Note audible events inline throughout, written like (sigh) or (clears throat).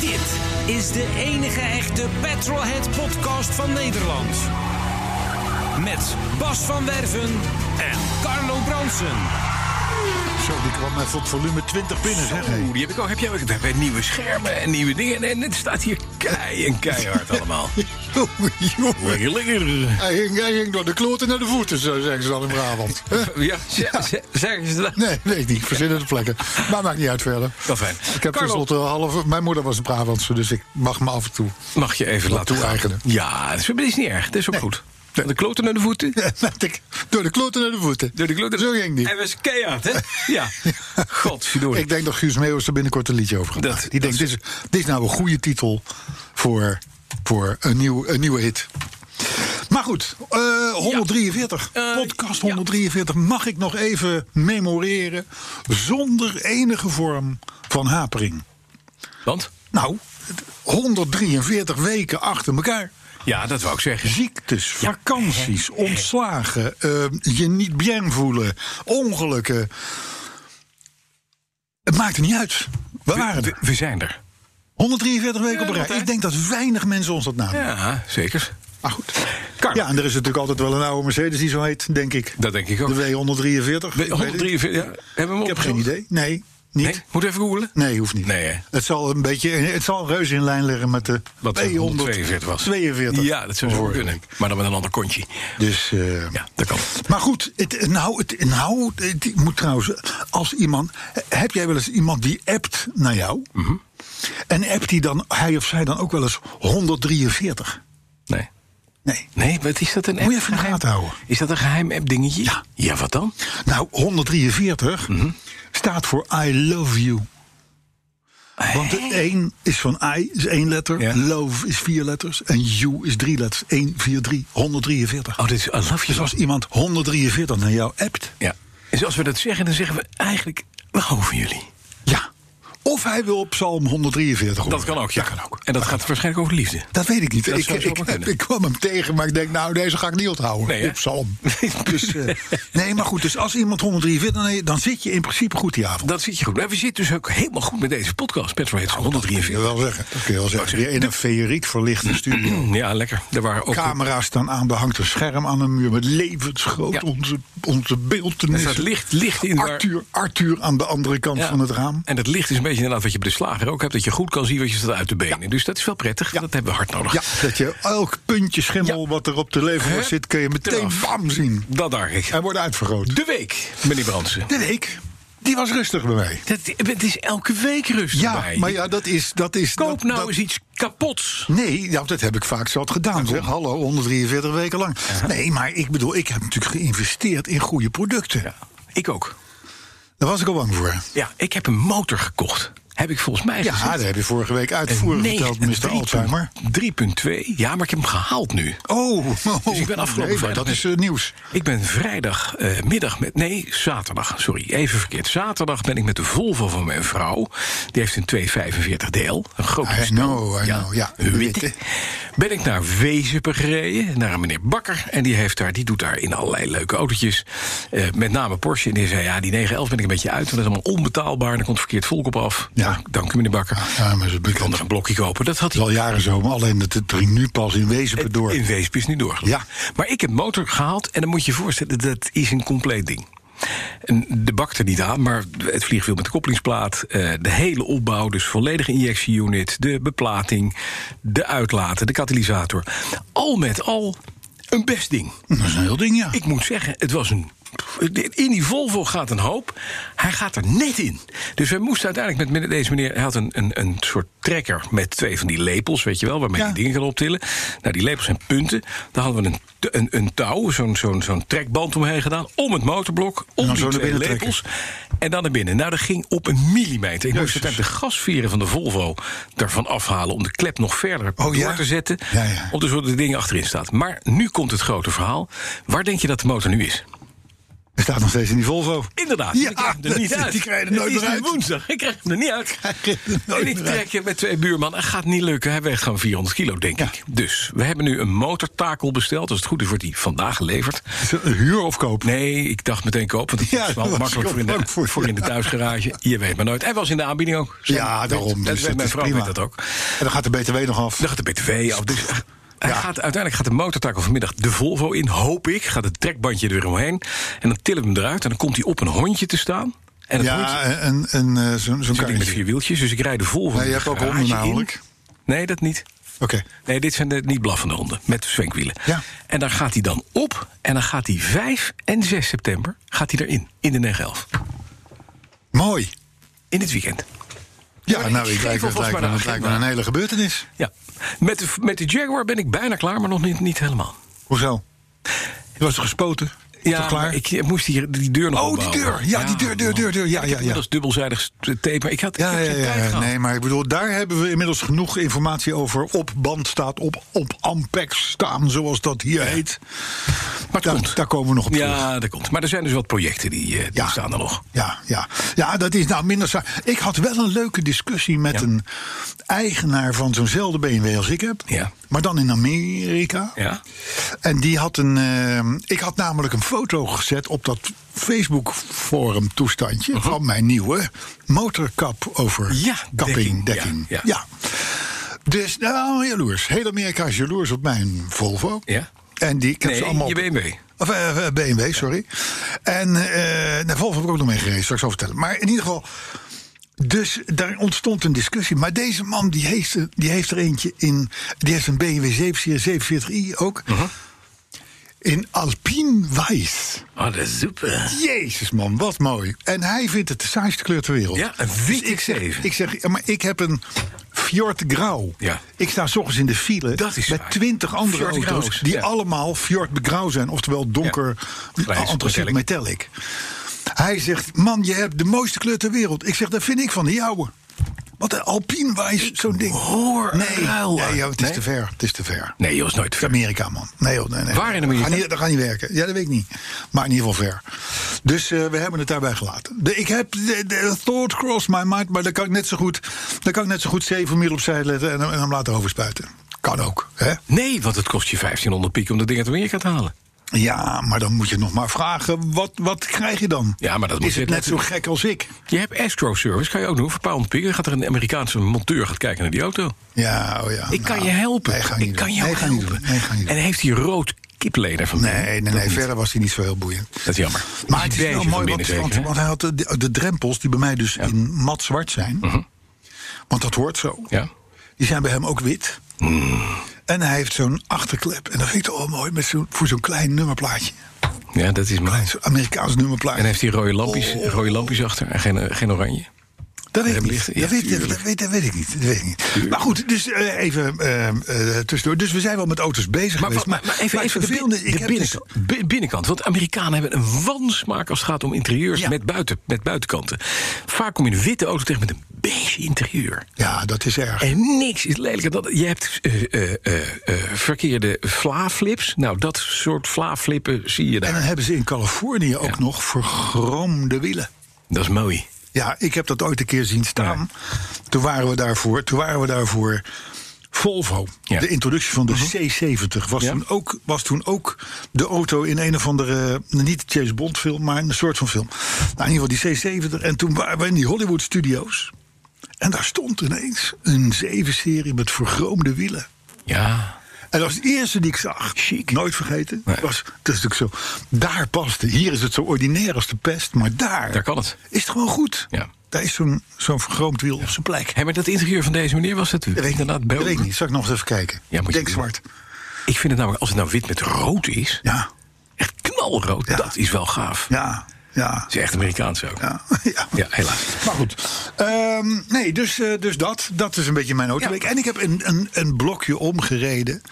Dit is de enige echte Petrolhead podcast van Nederland. Met Bas van Werven en Carlo Bransen. Zo, die kwam even op volume 20 binnen, zeg. hé. Oeh, die heb ik ook. Heb jij ook? Ik heb weer nieuwe schermen en nieuwe dingen. En het staat hier kei (laughs) en keihard allemaal. Lekker, lekker. Oh, Hij ging, hij ging door de kloten naar de voeten, zo zeggen ze dan in Brabant. (laughs) Hè? Ja, ze- ze- zeggen ze dat? nee, weet ik niet. Verzinnen de plekken. Maar maakt niet uit verder. Wel fijn. Ik heb Carlo. tenslotte half... Mijn moeder was een Brabantse, dus ik mag me af en toe... (laughs) Mag je even laten gaan. toe-eigenen. Ja, dat is, dat is niet erg. Dat is ook goed. Nee. De kloten naar de voeten. Laat ik- door de kloten naar de voeten. Door de kloten. Zo ging die. En was keihard, (laughs) hè? Ja. Godverdorie. Ik denk dat Guus Meeuwis er binnenkort een liedje over gaat Dat- maken. Die denkt, dit is, dit is nou een goede titel voor, voor een, nieuw, een nieuwe hit. Maar goed, eh, 143, Eh, podcast ja. 143, mag ik nog even memoreren zonder enige vorm van hapering. Want? Nou, 143 weken achter elkaar. Ja, dat wou ik zeggen. Ziektes, (laughs) vakanties, ontslagen, eh, je niet bien voelen, ongelukken. Het maakt er niet uit. We waren We, er. we zijn er. 143 weken op Ja, rij. altijd. Ik denk dat weinig mensen ons dat namen. Ja, zeker. Maar goed. Carlo. Ja, en er is natuurlijk altijd wel een oude Mercedes die zo heet, denk ik. Dat denk ik ook. De W143. We- 143, ja. Hebben we hem Ik heb geen idee. Nee, niet. Nee? Moet even googlen? Nee, hoeft niet. Nee, hè? het zal een beetje, het zal reuze in lijn liggen met de Wat W142. 142 was. 42. Ja, dat zou zo Hoor. kunnen. Maar dan met een ander kontje. Oh. Dus, eh, Ja, dat kan. Maar goed, het, nou, het, nou, het, ik moet trouwens, als iemand, heb jij wel eens iemand die appt naar jou? Mhm. En appt die dan, hij of zij dan ook wel eens 143? Nee. Nee. Nee, wat is dat een app? Moet je even in de gaten houden. Is dat een geheim app dingetje? Ja. Ja, wat dan? Nou, 143 Mhm. staat voor I love you. Want de 1 is van I, is één letter. Ja. Love is vier letters. En you is drie letters. 1, 4, 3, 143. Oh, dit is I love you. Dus als iemand 143 naar jou appt, Ja. Dus als we dat zeggen, dan zeggen we eigenlijk... We houden van jullie. ja. Of hij wil op psalm 143 horen. Dat kan ook. En dat gaat waarschijnlijk over liefde. Dat weet ik niet. Dat Ik, zou ik, zomaar ik, kunnen. ik kwam hem tegen, maar ik denk, nou, deze ga ik niet onthouden. (laughs) Nee, hè? op psalm. dus, eh, nee, maar goed, dus als iemand 143, nee, dan zit je in principe goed die avond. Dat zit je goed. Maar we zitten dus ook helemaal goed met deze podcast. Petrolheads kun je 143. wel zeggen. Dat kun je wel Oh, zeggen. Weer in een feeriek verlichte studio. Ja, lekker. Er waren (clears throat) ook... Camera's staan aan, er hangt een scherm aan een muur met levensgroot Ja. onze, onze Er beeldenissen. staat licht, licht in waar- Arthur, Arthur aan de andere kant Ja. van het raam. En dat licht is een beetje inderdaad wat je bij de slager ook hebt. Dat je goed kan zien wat je staat uit de benen. Dus dat is wel prettig. Dat hebben we hard nodig. Ja, dat je elk puntje schimmel wat er op de lever Hup, zit, kun je meteen eraf. bam zien. Dat daar ik. Hij wordt uitvergroot. De week, meneer Brandsen. Eh. De week, die was rustig bij mij. Dat, het is elke week rust Ja, bij. maar ja, dat is... Dat is Koop dat- nou dat- eens iets kapots. Nee, ja, dat heb ik vaak zo gedaan. Zeg. Hallo, 143 weken lang. Nee, maar ik bedoel, ik heb natuurlijk geïnvesteerd in goede producten. Ik ook. Daar was ik al bang voor. Ja, ik heb een motor gekocht. Heb ik volgens mij gezien. Ja, dat heb je vorige week uitvoerig verteld, Mr. Alzheimer. 3.2. Ja, maar ik heb hem gehaald nu. Oh, oh, Dus ik ben afgelopen nee, maar vrijdag dat met- is eh, nieuws. Ik ben vrijdagmiddag met. Nee, zaterdag. Sorry, even verkeerd. Zaterdag ben ik met de Volvo van mijn vrouw. Die heeft een 245 deel. Een groot I know, I know. Ja, witte. Ben ik naar Wezepen gereden, naar een meneer Bakker. En die, heeft daar, die doet daar in allerlei leuke autootjes. eh, met name Porsche. En die zei, ja, die 911 ben ik een beetje uit. Want dat is allemaal onbetaalbaar. En er komt verkeerd volk op af. Ja. Nou, dank u, meneer Bakker. Ja, maar ze Ik kan er een blokje kopen. Dat had Het hij is al jaren zo, maar alleen dat het dringt nu pas in Wezenpen door. in Weesp is nu doorgelopen. Ja. Maar ik heb motor gehaald en dan moet je je voorstellen, dat is een compleet ding. En de bak er niet aan, maar het vliegwiel met de koppelingsplaat... eh, de hele opbouw, dus volledige injectieunit, de beplating... de uitlaten, de katalysator. Al met al een best ding. Dat is een heel ding, ja. Ik moet zeggen, het was een in die Volvo gaat een hoop. Hij gaat er net in. Dus wij moesten uiteindelijk met deze meneer. Hij had een, een, een soort trekker met twee van die lepels, weet je wel, waarmee Ja. die dingen kan optillen. Nou, die lepels zijn punten. Daar hadden we een, t- een, een touw, zo'n zo'n zo'n trekband omheen gedaan. Om het motorblok, om dan die zo naar twee binnen lepels. En dan naar binnen. Nou, dat ging op een millimeter. Ik moest Jezus. uiteindelijk de gasvieren van de Volvo ervan afhalen. om de klep nog verder door Oh, ja? te zetten. Ja, ja. Om te zorgen dat de ding achterin staat. Maar nu komt het grote verhaal. Waar denk je dat de motor nu is? Hij staat nog steeds in die Volvo. (laughs) Inderdaad, Ja, ik krijg hem er (laughs) niet die uit. krijg je er Het nooit is meer nu uit. woensdag, ik krijg hem er niet uit. krijg je er nooit en ik meer uit. trek hem met twee buurman. Het gaat niet lukken, hij weegt gewoon 400 kilo, denk Ja. ik. Dus, we hebben nu een motortakel besteld. Als het goed is, wordt die vandaag geleverd. Is het Huur of koop? Nee, ik dacht meteen koop, want het Ja, is dat was wel makkelijk ik voor in, de, ook voor, voor in de ja. thuisgarage. Je weet maar nooit. Hij was in de aanbieding ook. Ja, daarom. Dus Dat weet dat mijn is vrouw prima. weet dat ook. En dan gaat de BTW nog af. Dan gaat de BTW af. Dus hij Ja. gaat, uiteindelijk gaat de motortakel vanmiddag de Volvo in, hoop ik. Gaat het trekbandje er weer omheen. En dan tillen we hem eruit en dan komt hij op een hondje te staan. En dat hondje Ja, een, een, eh, zo'n zo'n zit niet met vier karretje. wieltjes, dus ik rijd de Volvo. Nee, je de hebt ook garage honden in. namelijk. Nee, dat niet. Oké. Nee, dit zijn de niet blaffende honden met zwenkwielen. Ja. En daar gaat hij dan op en dan gaat hij 5 en 6 september gaat hij erin, in de 911. Mooi. In het weekend. Ja, maar nou, ik ik geef lijkt, het alvast lijkt, maar me, de het lijkt me agenda. een hele gebeurtenis. Ja. Met de, met de Jaguar ben ik bijna klaar, maar nog niet, niet helemaal. Hoezo? Je was toch gespoten? Ja, Toch klaar? maar ik, ik moest hier die deur nog Oh, die opbouwen. deur. Ja, die deur, deur, deur, deur. Ja, ja, Dat ja. is dubbelzijdig tape, maar ik had, ik Ja, had ja, geen tijd ja, gehad. nee, maar ik bedoel, daar hebben we inmiddels genoeg informatie over. Op band staat, op, op Ampex staan, zoals dat hier heet. Maar het Daar, komt. daar komen we nog op terug. ja, dat komt. Maar er zijn dus wat projecten die, eh, die Ja. staan er nog. Ja, ja. ja, dat is nou minder saai. Ik had wel een leuke discussie met Ja. een eigenaar van zo'nzelfde BMW als ik heb. Ja. Maar dan in Amerika. Ja? En die had een. ehm, ik had namelijk een foto gezet op dat Facebook forum toestandje van mijn nieuwe motorkap over Uh-huh. Ja, kapping, dekking, ja, dekking. ja. Dus nou, jaloers. Heel Amerika is jaloers op mijn Volvo. Ja. En die, ik heb Nee, ze allemaal. je BMW. Of eh, eh, BMW, sorry. En eh nou, Volvo heb ik ook nog mee gereden, straks over vertellen. Maar in ieder geval. Dus daar ontstond een discussie. Maar deze man die heeft, er- die heeft er eentje in. Die heeft een BMW 47i ook. Uh-huh. In Alpine Weiß. Oh, dat is super. Jezus man, wat mooi. En hij vindt het de saaiste kleur ter wereld. Ja, een Dus wit ik zeg, X7. ik zeg, ja, maar ik heb een Fjord Grauw. Ja. Ik sta s ochtends in de file Dat is met waar. twintig andere Fjord auto's... Grauws, die ja. allemaal Fjord Grauw zijn. Oftewel donker, ah, Ja. Grijs, antraciet metallic. Hij zegt, man, je hebt de mooiste kleur ter wereld. Ik zeg, dat vind ik van de jouwe. Wat een alpienwijs zo'n ding. hoor een nee, ruil nee, aan. ja, het is Nee? te ver. Het is te ver. Nee, joh, is nooit Het ver. is Amerika, man. Nee, joh, nee, nee. Waar in Amerika? Dat gaat niet, dat gaat niet werken. Ja, dat weet ik niet. Maar in ieder geval ver. Dus eh, we hebben het daarbij gelaten. De, ik heb de, de thought crossed my mind, maar dan kan ik net zo goed, dan kan ik net zo goed zeven mil opzij letten en, hem- en hem laten overspuiten. Kan ook, hè? Nee, want het kost je 1500 piek om dat ding uit Amerika te halen. Ja, maar dan moet je nog maar vragen, wat, wat krijg je dan? Ja, maar dat moet Is het je- net zo gek als ik? Je hebt escrow service, kan je ook doen voor een paar honderd piek. Dan gaat er een Amerikaanse monteur gaat kijken naar die auto. Ja, oh ja. Ik nou, kan je helpen. Nee, ga ik ik niet doen. kan je Nee, ook ga ik niet helpen. doen. Nee, ga ik niet doen. en heeft hij rood kipleder van binnen? Nee, nee, Dat nee, niet. verder was hij niet zo heel boeiend. Dat is jammer. Maar het is Beige wel van mooi, binnen want, want, zeker, hè? want hij had de, de- de drempels die bij mij dus in mat zwart zijn. Want dat hoort zo. Mhm. Ja. Mhm. Die zijn bij hem ook wit. En hij heeft zo'n achterklep. En dat vind ik toch wel mooi met zo'n- voor zo'n klein nummerplaatje. ja, dat is mooi. Klein zo'n Amerikaans nummerplaatje. En heeft hij rode lampjes, Oh. rode lampjes achter en geen, eh, geen oranje? Dat weet, ik Hebben niet. lichten? Dat, Ja, weet, dat, tuurlijk. weet, dat weet ik niet. Dat weet ik niet. Maar goed, dus eh, even eh, eh, tussendoor. Dus we zijn wel met auto's bezig Maar, geweest. maar, maar even, het even de, vervelende- bin- ik de heb dus- binnenkant, bi- binnenkant. Want Amerikanen hebben een wansmaak als het gaat om interieurs Ja. met, buiten, met buitenkanten. Vaak kom je een witte auto tegen met een beige interieur. Ja, dat is erg. En niks is lelijker dan... Je hebt eh, eh, eh, eh, verkeerde flaaflips. Nou, dat soort flaaflippen zie je En dan daar. hebben ze in Californië ook nog vergroomde wielen. Dat is mooi. Ja, ik heb dat ooit een keer zien staan. Toen waren we daarvoor, toen waren we daarvoor Volvo. Ja. Mhm. De introductie van de C70 was, Ja. toen ook, was toen ook de auto in een of andere, eh, niet de James Bond film, maar een soort van film. Nou, in ieder geval die C70. En toen waren we in die Hollywood Studios. En daar stond ineens een 7-serie met vergroomde wielen. Ja. En dat was het eerste die ik zag. Chic. Nooit vergeten. Nee. Was, dat is natuurlijk zo. Daar paste. Hier is het zo ordinair als de pest. Maar daar, Daar kan het. is het gewoon goed. Ja. Daar is zo'n zo'n vergroomd wiel op zijn plek. Hé, maar dat interieur van deze meneer was het Dat weet ik inderdaad niet. Dat beeld. weet ik niet. Zal ik nog eens even kijken? Ja, moet je Denk doen. zwart. Ik vind het namelijk, als het nou wit met rood is, Ja. echt knalrood. Ja. Dat is wel gaaf. Ja, ja. Het is echt Amerikaans ook. Ja, (laughs) ja. Ja, helaas. Maar goed. Ehm, nee, dus, eh, dus dat. Dat is een beetje mijn autoweek. Ja. En ik heb een, een, een blokje omgereden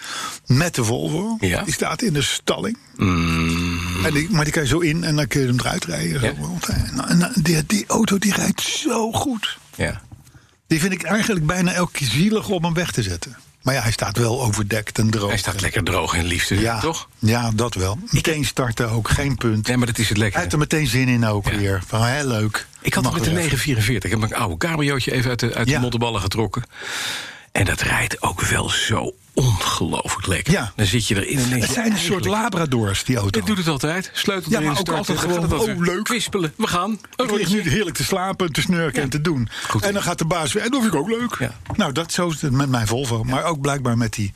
met de Volvo. Ja. Die staat in de stalling. Mm. En die, maar die kan je zo in en dan kun je hem eruit rijden. Zo. Ja. rond. En, dan- en dan- die, die auto die rijdt zo goed. Ja. Die vind ik eigenlijk bijna elke keer zielig om hem weg te zetten. Maar ja, hij staat wel overdekt en droog. Hij staat lekker droog en liefde, ja, toch? Ja, dat wel. Meteen starten ook, geen punt. Nee, maar dat is het Hij lekker. heeft er meteen zin in ook Ja. weer. Van, heel leuk. Ik had Mag het met de weer. 944. Ik heb mijn oude cabriootje even uit de, uit Ja. de modderballen getrokken. En dat rijdt ook wel zo ongelooflijk lekker. Ja. Dan zit je erin en denk je... Het zijn een soort eigenlijk- labradors, die auto. Ik doe het altijd. Sleutel Ja, erin, maar ook starten, altijd dan gaat gewoon, het altijd oh, weer. leuk. Kwispelen, we gaan. Een Ik lig rondje. nu heerlijk te slapen, te snurken en te doen. Goed. En dan gaat de baas weer. En dat vind ik ook leuk. Ja. Nou, dat zo is het met mijn Volvo. Maar ook blijkbaar met die,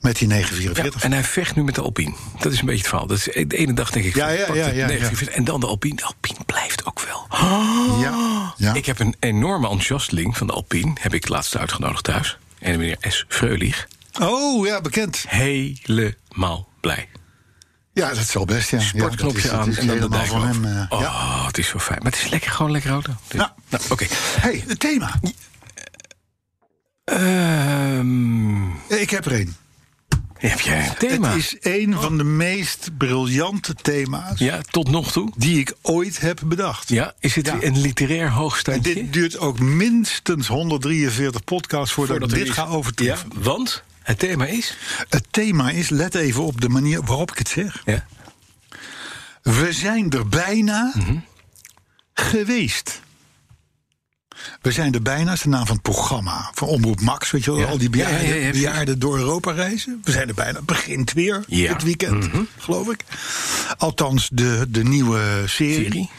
met die Ja, 944. en hij vecht nu met de Alpine. Dat is een beetje het verhaal. Dat is, de ene dag denk ik, Ja, van, ja, pak ja, de ja, 944 en dan de Alpine. De Alpine blijft ook wel. Ja, ja. Oh. Ik heb een enorme enthousiasteling van de Alpine. Heb ik laatst uitgenodigd thuis. En meneer S. Freulich. Oh, ja, bekend. Helemaal blij. Ja, dat zal best, ja. Sportknopje ja, dat aan is, dat is en dan de helemaal dijk van hem. over. eh, oh, ja. het is zo fijn. Maar het is lekker, gewoon lekker auto. Dus- Ja. Nou, oké. hey, het thema. Dus, Ehm, Ik heb er een. heb jij een thema? Het is een van de meest briljante thema's Ja, tot nog toe. die ik ooit heb bedacht. Ja, is het Ja. een literair En hoogstandje? dit duurt ook minstens 143 podcasts voordat, Voordat ik er dit iets- ga overtreffen. Ja, want het thema is... Het thema is, let even op de manier waarop ik het zeg. Ja. We zijn er bijna Mhm. geweest. We zijn er bijna, is de naam van het programma. Van Omroep Max, weet je wel, Ja. al die Ja, ja, ja, bejaarden, ja, precies. bejaarden door Europa reizen. We zijn er bijna, Het begint weer Ja. Mhm. dit weekend, geloof ik. Althans, de, de nieuwe serie. Serie?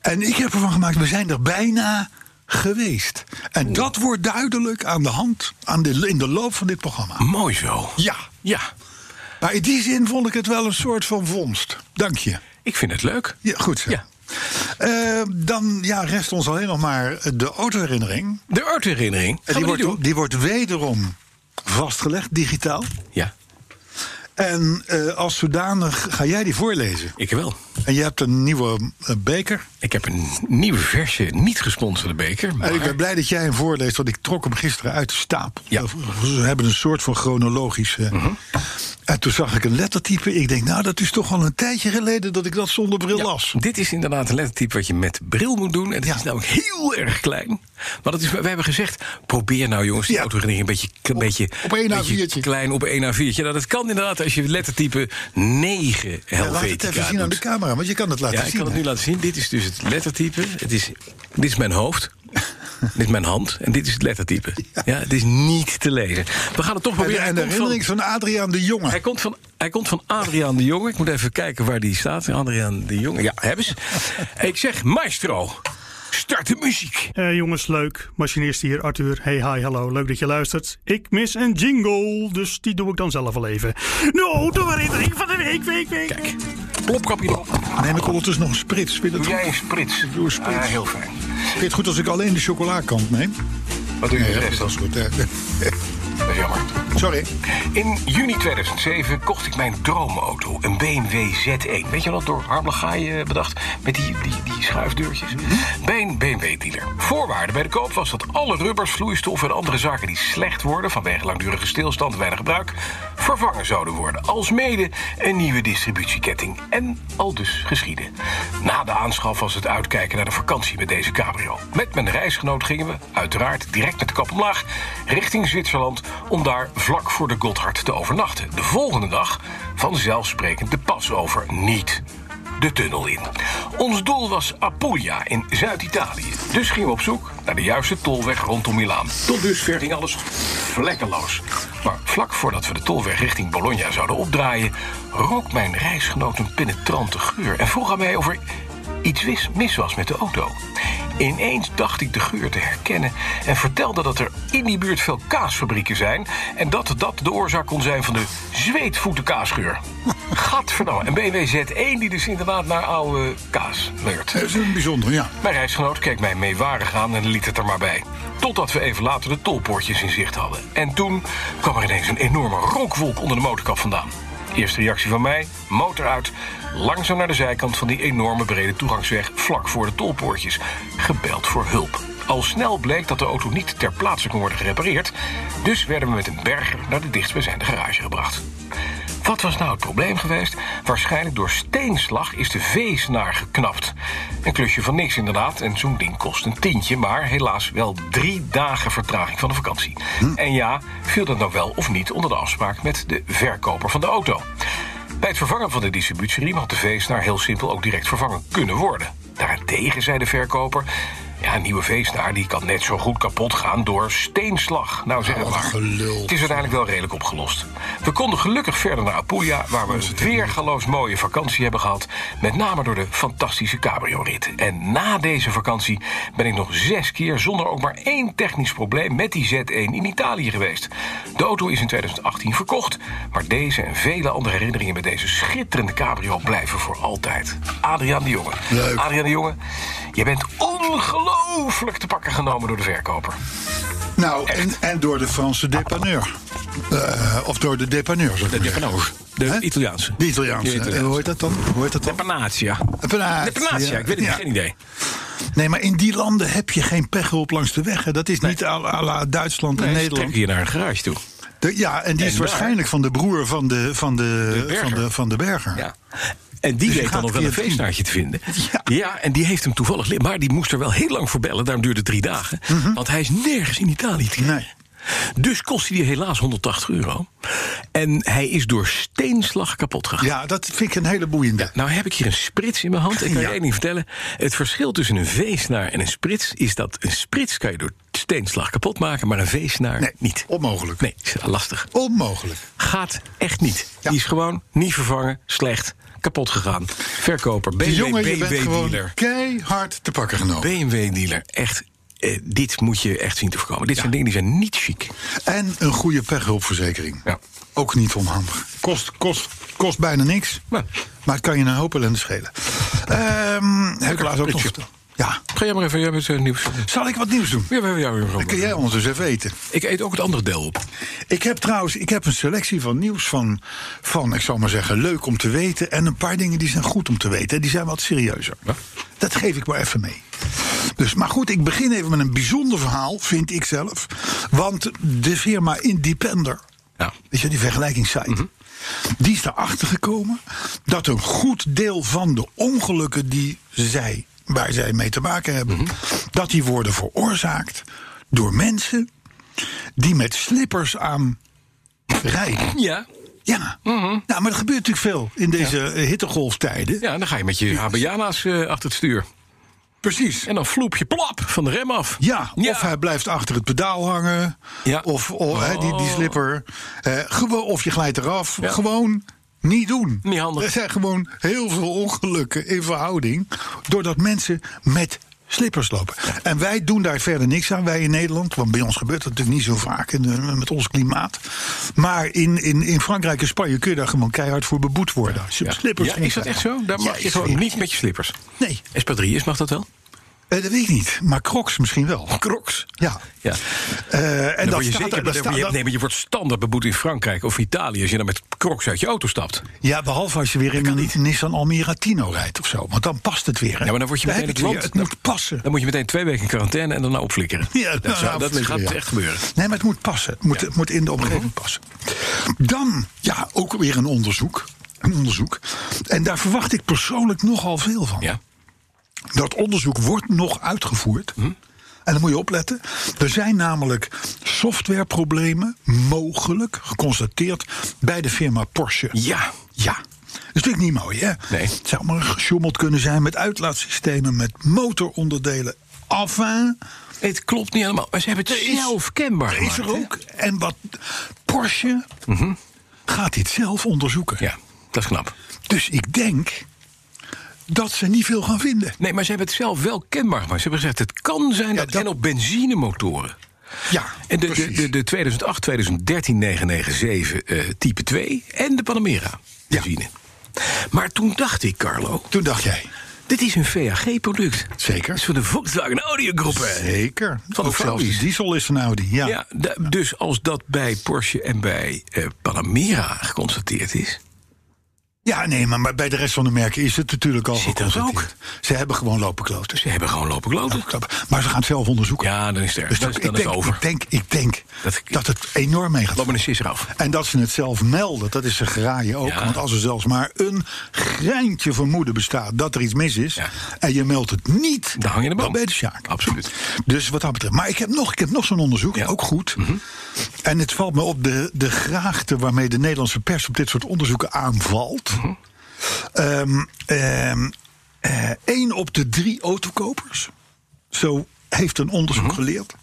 En ik heb ervan gemaakt, we zijn er bijna geweest. En dat wordt duidelijk aan de hand, aan de, in de loop van dit programma. Mooi zo. Ja, Ja, maar in die zin vond ik het wel een soort van vondst. Dank je. ik vind het leuk. Ja, goed zo. Ja. Eh, dan ja, rest ons alleen nog maar de autoherinnering. De Earth-herinnering. Die wordt, die wordt wederom vastgelegd, digitaal. Ja, En eh, als zodanig ga jij die voorlezen. ik wel. En je hebt een nieuwe eh, beker. Ik heb een nieuwe versie, niet gesponsorde beker. Maar En ik ben blij dat jij hem voorleest, want ik trok hem gisteren uit de stapel. Ja. Mhm. Ze hebben een soort van chronologische. En toen zag ik een lettertype. Ik denk, nou, dat is toch al een tijdje geleden dat ik dat zonder bril Ja, las. Dit is inderdaad een lettertype wat je met bril moet doen. En het Ja. is namelijk heel erg klein. Maar dat is, we hebben gezegd, probeer nou jongens die Ja. autoherinnering een beetje, een beetje, op één beetje A4'tje. klein op 1 A4'tje. Nou, dat kan inderdaad als je lettertype 9 Ja, laat het Helvetica even zien aan de doet. camera, want je kan het laten Ja, ik zien. kan het hè? nu laten zien. Dit is dus het lettertype. Het is, dit is mijn (laughs) hoofd. dit is mijn hand. En dit is het lettertype. Ja. het is niet te lezen. We gaan het toch En de- proberen. En de Hij komt van- herinnering van Adriaan de Jonge. hij komt, van, hij komt van Adriaan de Jonge. Ik moet even kijken waar die staat. Adriaan de Jonge. Ja, hebben ze. Ik zeg, maestro, start de muziek. Eh, jongens, leuk. Machinist hier, Arthur. Hey, hi, hallo. Leuk dat je luistert. Ik mis een jingle, dus die doe ik dan zelf wel even. Nou, de herinnering van de week, week, week. Kijk, plopkapje erop. Neem ik ondertussen nog een sprits. Vind je dat goed? sprits. doe een sprits. Ah, heel fijn. Vind je het goed als ik alleen de chocoladekant neem? Wat doe je de Ja, rest? dat Dat is goed. hè. is jammer. Sorry. Eh, In juni 2007 kocht ik mijn droomauto, een BMW Z1. Weet je wel, door Harmlegaai bedacht, met die, die, die schuifdeurtjes. Bij een BMW-dealer. Voorwaarde bij de koop was dat alle rubbers, vloeistoffen en andere zaken die slecht worden... vanwege langdurige stilstand en weinig gebruik, vervangen zouden worden. Alsmede een nieuwe distributieketting. En al dus geschieden. Na de aanschaf was het uitkijken naar de vakantie met deze cabrio. Met mijn reisgenoot gingen we, uiteraard direct met de kap omlaag... richting Zwitserland om daar vlak voor de Gotthard te overnachten. De volgende dag vanzelfsprekend de pas over niet de tunnel in. Ons doel was Apulia in Zuid-Italië. Dus gingen we op zoek naar de juiste tolweg rondom Milaan. Tot dusver ging alles vlekkeloos. Maar vlak voordat we de tolweg richting Bologna zouden opdraaien... rook mijn reisgenoot een penetrante geur... en vroeg aan mij of er iets wis- mis was met de auto. Ineens dacht ik de geur te herkennen en vertelde dat er in die buurt veel kaasfabrieken zijn... en dat dat de oorzaak kon zijn van de zweetvoetenkaasgeur. Gadverdamme, een BMW Z1 die dus inderdaad naar oude kaas leurt. Dat is een bijzonder, ja. Mijn reisgenoot keek mij meewarig aan en liet het er maar bij. Totdat we even later de tolpoortjes in zicht hadden. En toen kwam er ineens een enorme rookwolk onder de motorkap vandaan. Eerste reactie van mij, motor uit. Langzaam naar de zijkant van die enorme brede toegangsweg vlak voor de tolpoortjes. Gebeld voor hulp. Al snel bleek dat de auto niet ter plaatse kon worden gerepareerd. Dus werden we met een berger naar de dichtstbijzijnde garage gebracht. Wat was nou het probleem geweest? Waarschijnlijk door steenslag is de V-snaar geknapt. Een klusje van niks inderdaad, en zo'n ding kost een tientje... maar helaas wel drie dagen vertraging van de vakantie. En ja, viel dat nou wel of niet onder de afspraak met de verkoper van de auto? Bij het vervangen van de distributieriem had de V-snaar heel simpel ook direct vervangen kunnen worden. Daarentegen zei de verkoper... Ja, een nieuwe V-snaar die kan net zo goed kapot gaan door steenslag. Nou, zeg het maar. gelul. Het is uiteindelijk wel redelijk opgelost. We konden gelukkig verder naar Apulia, waar Oh, we een weergaloos mooie vakantie hebben gehad. Met name door de fantastische cabrio-rit. En na deze vakantie ben ik nog zes keer zonder ook maar één technisch probleem met die Z1 in Italië geweest. De auto is in 2018 verkocht, maar deze en vele andere herinneringen met deze schitterende cabrio blijven voor altijd. Adriaan de Jonge. Leuk. Adriaan de Jonge, je bent ongelooflijk te pakken genomen door de verkoper. Nou, en, en door de Franse depaneur. Eh, of door de depaneur, zeg maar. Depanage. Hè? De Italiaanse. De Italiaanse. En hoe heet dat dan? Hoe heet dat dan? Panatia. Depanage, De Panatia, ja. ik weet het Ja. niet, geen idee. Nee, maar in die landen heb je geen pechhulp langs de weg. Hè. Dat is niet à la- à la Duitsland en Nee, ze Nederland. trekken hier naar een garage toe. De- ja, en die En is daar- waarschijnlijk van de broer van de, van de, De van de, Berger. van de Berger. Ja. En die Dus je weet gaat dan nog wel via een het feestnaartje te vinden. Ja. Ja. en die heeft hem toevallig. li- Maar die moest er wel heel lang voor bellen. Daarom duurde het drie dagen. Mhm. Want hij is nergens in Italië te krijgen. Nee. Dus kostte die helaas 180 euro. En hij is door steenslag kapot gegaan. Ja, dat vind ik een hele boeiende. Nou heb ik hier een sprits in mijn hand. Ik kan Ja. je één ding vertellen. Het verschil tussen een veesnaar en een sprits is dat een sprits kan je door steenslag kapot maken, maar een veesnaar Nee, niet. onmogelijk. Nee, is lastig. Onmogelijk. Gaat echt niet. Ja. Die is gewoon niet vervangen, slecht, kapot gegaan. Verkoper, Die jongen, je bent gewoon BMW-dealer. keihard te pakken genomen. BMW-dealer, echt. eh, dit moet je echt zien te voorkomen. Dit zijn dingen die zijn niet chic. En een goede pechhulpverzekering. Ja. Ook niet onhandig. Kost, kost, kost bijna niks. Nou. Maar het kan je een hoop ellende (laughs) schelen. Ehm heb ik laatst ook nog Richard. verteld. Ja. Ga jij maar even jij met het nieuws. Ja, Zal ik wat eh, nieuws doen? we hebben jou weer Dan kun gewoon. jij ons dus even eten. Ik eet ook het andere deel op. Ik heb trouwens ik heb een selectie van nieuws van, van, ik zal maar zeggen, leuk om te weten. En een paar dingen die zijn goed om te weten. En Die zijn wat serieuzer. Ja. Dat geef ik maar even mee. Dus, maar goed, ik begin even met een bijzonder verhaal, vind ik zelf. Want de firma Independer, Ja. weet je, die vergelijkingssite... die is erachter gekomen dat een goed deel van de ongelukken die zij, waar zij mee te maken hebben... dat die worden veroorzaakt door mensen die met slippers aan rijden. Ja. Ja, nou, maar er gebeurt natuurlijk veel in deze eh, hittegolftijden. ja, dan ga je met je Habiana's eh, achter het stuur. Precies. En dan floep je plap van de rem af. Ja, of hij blijft achter het pedaal hangen. Ja. Of, of, hè, die, die Oh. slipper. Eh, gewoon, of je glijdt eraf. Ja. Gewoon niet doen. Niet handig. Er zijn gewoon heel veel ongelukken in verhouding. Doordat mensen met slippers lopen. En wij doen daar verder niks aan, wij in Nederland. Want bij ons gebeurt dat natuurlijk niet zo vaak in, eh, met ons klimaat. Maar in, in, in Frankrijk en Spanje kun je daar gewoon keihard voor beboet worden. Als je op Ja. slippers Ja, rondrijdt. is dat echt zo? Daar Ja, mag je is gewoon weer- niet met je slippers. Nee, SP3 is, mag dat wel? eh, dat weet ik niet. Maar crocs misschien wel. Crocs. Ja. Ja. Eh, en Dan dat word je staat zeker er- dat dat staat- je, dat- nee, maar je wordt standaard beboet in Frankrijk of Italië als je dan met crocs uit je auto stapt. Ja, behalve als je weer in een Nissan Almira Tino rijdt of zo. Want dan past het weer. hè? Ja, maar dan word je Daar meteen heb je het het, land- weer. het moet passen. Dan moet je meteen twee weken in quarantaine en daarna opflikkeren. Ja, dat nou, zou- dat aflikkeren, gaat ja. echt gebeuren. Nee, maar het moet passen. Het moet, het moet in de Mhm. omgeving passen. Dan, ja, ook weer een onderzoek. Een onderzoek. En daar verwacht ik persoonlijk nogal veel van. Ja. Dat onderzoek wordt nog uitgevoerd. Mhm. En dan moet je opletten. Er zijn namelijk softwareproblemen mogelijk geconstateerd bij de firma Porsche. ja. Ja. Dat is natuurlijk niet mooi, hè? Nee. Het zou maar gesjoemeld kunnen zijn met uitlaatsystemen, met motoronderdelen. Enfin, Het klopt niet helemaal. Maar ze hebben het Er is- zelf kenbaar er is er gemaakt, hè? Mhm. ook. En wat Porsche gaat dit zelf onderzoeken. Ja, dat is knap. Dus ik denk dat ze niet veel gaan vinden. Nee, maar ze hebben het zelf wel kenbaar gemaakt. Ze hebben gezegd, het kan zijn dat... dat- En op benzinemotoren. Ja, En de, de, precies. de, de 2008, 2013, 997 eh, type 2 en de Panamera Ja. benzine. Maar toen dacht ik, Carlo, Toen dacht jij. dit is een VAG-product. Zeker. Het is van de Volkswagen Audi Groep. Zeker. Van de ook zelfs Audi. die diesel is van Audi. Ja. Ja, da- dus als dat bij Porsche en bij eh, Panamera geconstateerd is... Ja, nee, maar maar bij de rest van de merken is het natuurlijk al Zit dat geconstateerd. Ze hebben gewoon lopen kloten. Ze hebben gewoon lopen kloten. Maar ze gaan het zelf onderzoeken. Ja, dan is het erg. Dus Dan, dat- is- dan ik, is denk, het over. ik denk, ik denk Dat- dat, het enorm mee gaat Loop maar een sisser af. En dat ze het zelf melden, dat is ze graaien ook. Ja. Want als er zelfs maar een greintje vermoeden bestaat dat er iets mis is... Ja. en je meldt het niet, Dan hang je in de boom. ben je de sjaak. Absoluut. Dus wat dat betreft. Maar ik heb nog, ik heb nog zo'n onderzoek, Ja. Mhm. ook goed. En het valt me op de, de graagte waarmee de Nederlandse pers op dit soort onderzoeken aanvalt. Mhm. Ehm, Eén eh, op de drie autokopers, zo heeft een onderzoek Mhm. geleerd,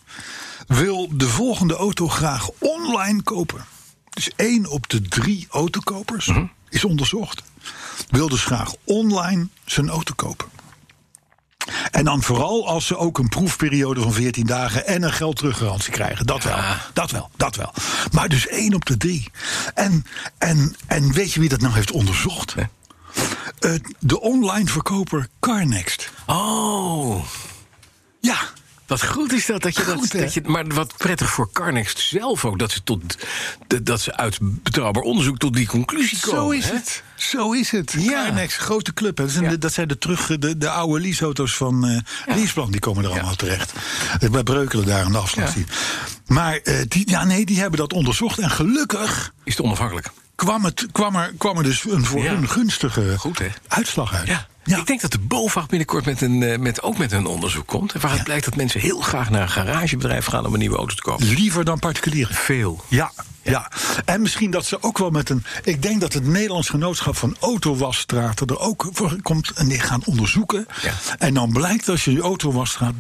wil de volgende auto graag online kopen. Dus één op de drie autokopers Mhm. is onderzocht. Wil dus graag online zijn auto kopen. En dan vooral als ze ook een proefperiode van 14 dagen en een geld teruggarantie krijgen. Dat wel, dat wel, dat wel. Maar dus één op de drie. En, en, en weet je wie dat nou heeft onderzocht? Nee. Eh, de online verkoper CarNext. Oh, Ja, wat goed is dat. dat, je dat, Goed, hè? dat je, maar wat prettig voor Carnext zelf ook. Dat ze, tot, dat, dat ze uit betrouwbaar onderzoek tot die conclusie komen. zo is hè? het. Zo is het. Ja. CarNext, grote club. hè. Dat zijn, Ja. de, dat zijn de, terug, de, de oude leaseauto's van eh Leaseplan. Die komen er allemaal terecht. Eh, Bij Breukelen daar aan de afslag. Ja. zie je. Maar eh, die, ja, nee, die hebben dat onderzocht. En gelukkig... Is het onafhankelijk? kwam, het, kwam, er, kwam er dus een voor Ja. hun gunstige Goed, hè? uitslag uit. Ja. Ik denk dat de BOVAG binnenkort met een, eh, met, ook met een onderzoek komt. En waaruit blijkt dat mensen heel graag naar een garagebedrijf gaan om een nieuwe auto te kopen. Liever dan particulieren. Veel. Ja, ja. En misschien dat ze ook wel met een. Ik denk dat het Nederlands Genootschap van Autowasstraten er ook voor komt. En die gaan onderzoeken. Ja. En dan blijkt als je je autowasstraat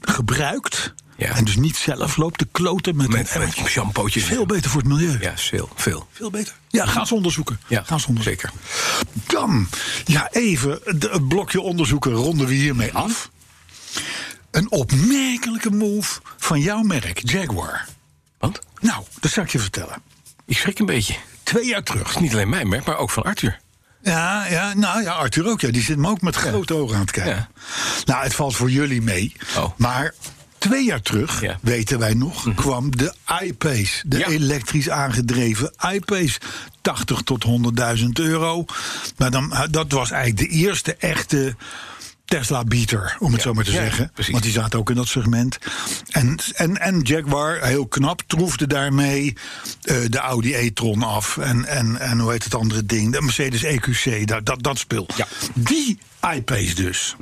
gebruikt. Ja. En dus niet zelf loopt te kloten met, Met, een met emmertje. shampootjes. Veel beter voor het milieu. Ja, veel. veel. Veel beter. Ja, gaan ze onderzoeken. Ja, gaan ze onderzoeken. zeker. Dan, ja, even de- het blokje onderzoeken ronden we hiermee af. Een opmerkelijke move van jouw merk, Jaguar. Want? Nou, dat zal ik je vertellen. Ik schrik een beetje. Het Twee jaar terug. is niet alleen mijn merk, maar ook van Arthur. Ja, ja, nou ja, Arthur ook. Ja, die zit me ook met grote ogen aan het kijken. Ja. Nou, het valt voor jullie mee. Oh. Maar twee jaar terug, Ja. Mhm. weten wij nog, kwam de iPace. De Ja. elektrisch aangedreven iPace. 80 tot 100.000 euro. Maar dan, dat was eigenlijk de eerste echte... Tesla-beater, om het zo maar te ja, zeggen. precies. Want die zaten ook in dat segment. En, en, en Jaguar, heel knap, troefde daarmee eh, de Audi e-tron af. En, en, en hoe heet het andere ding? De Mercedes EQC, dat, dat, dat spul. Ja. Mhm. Die iPace dus.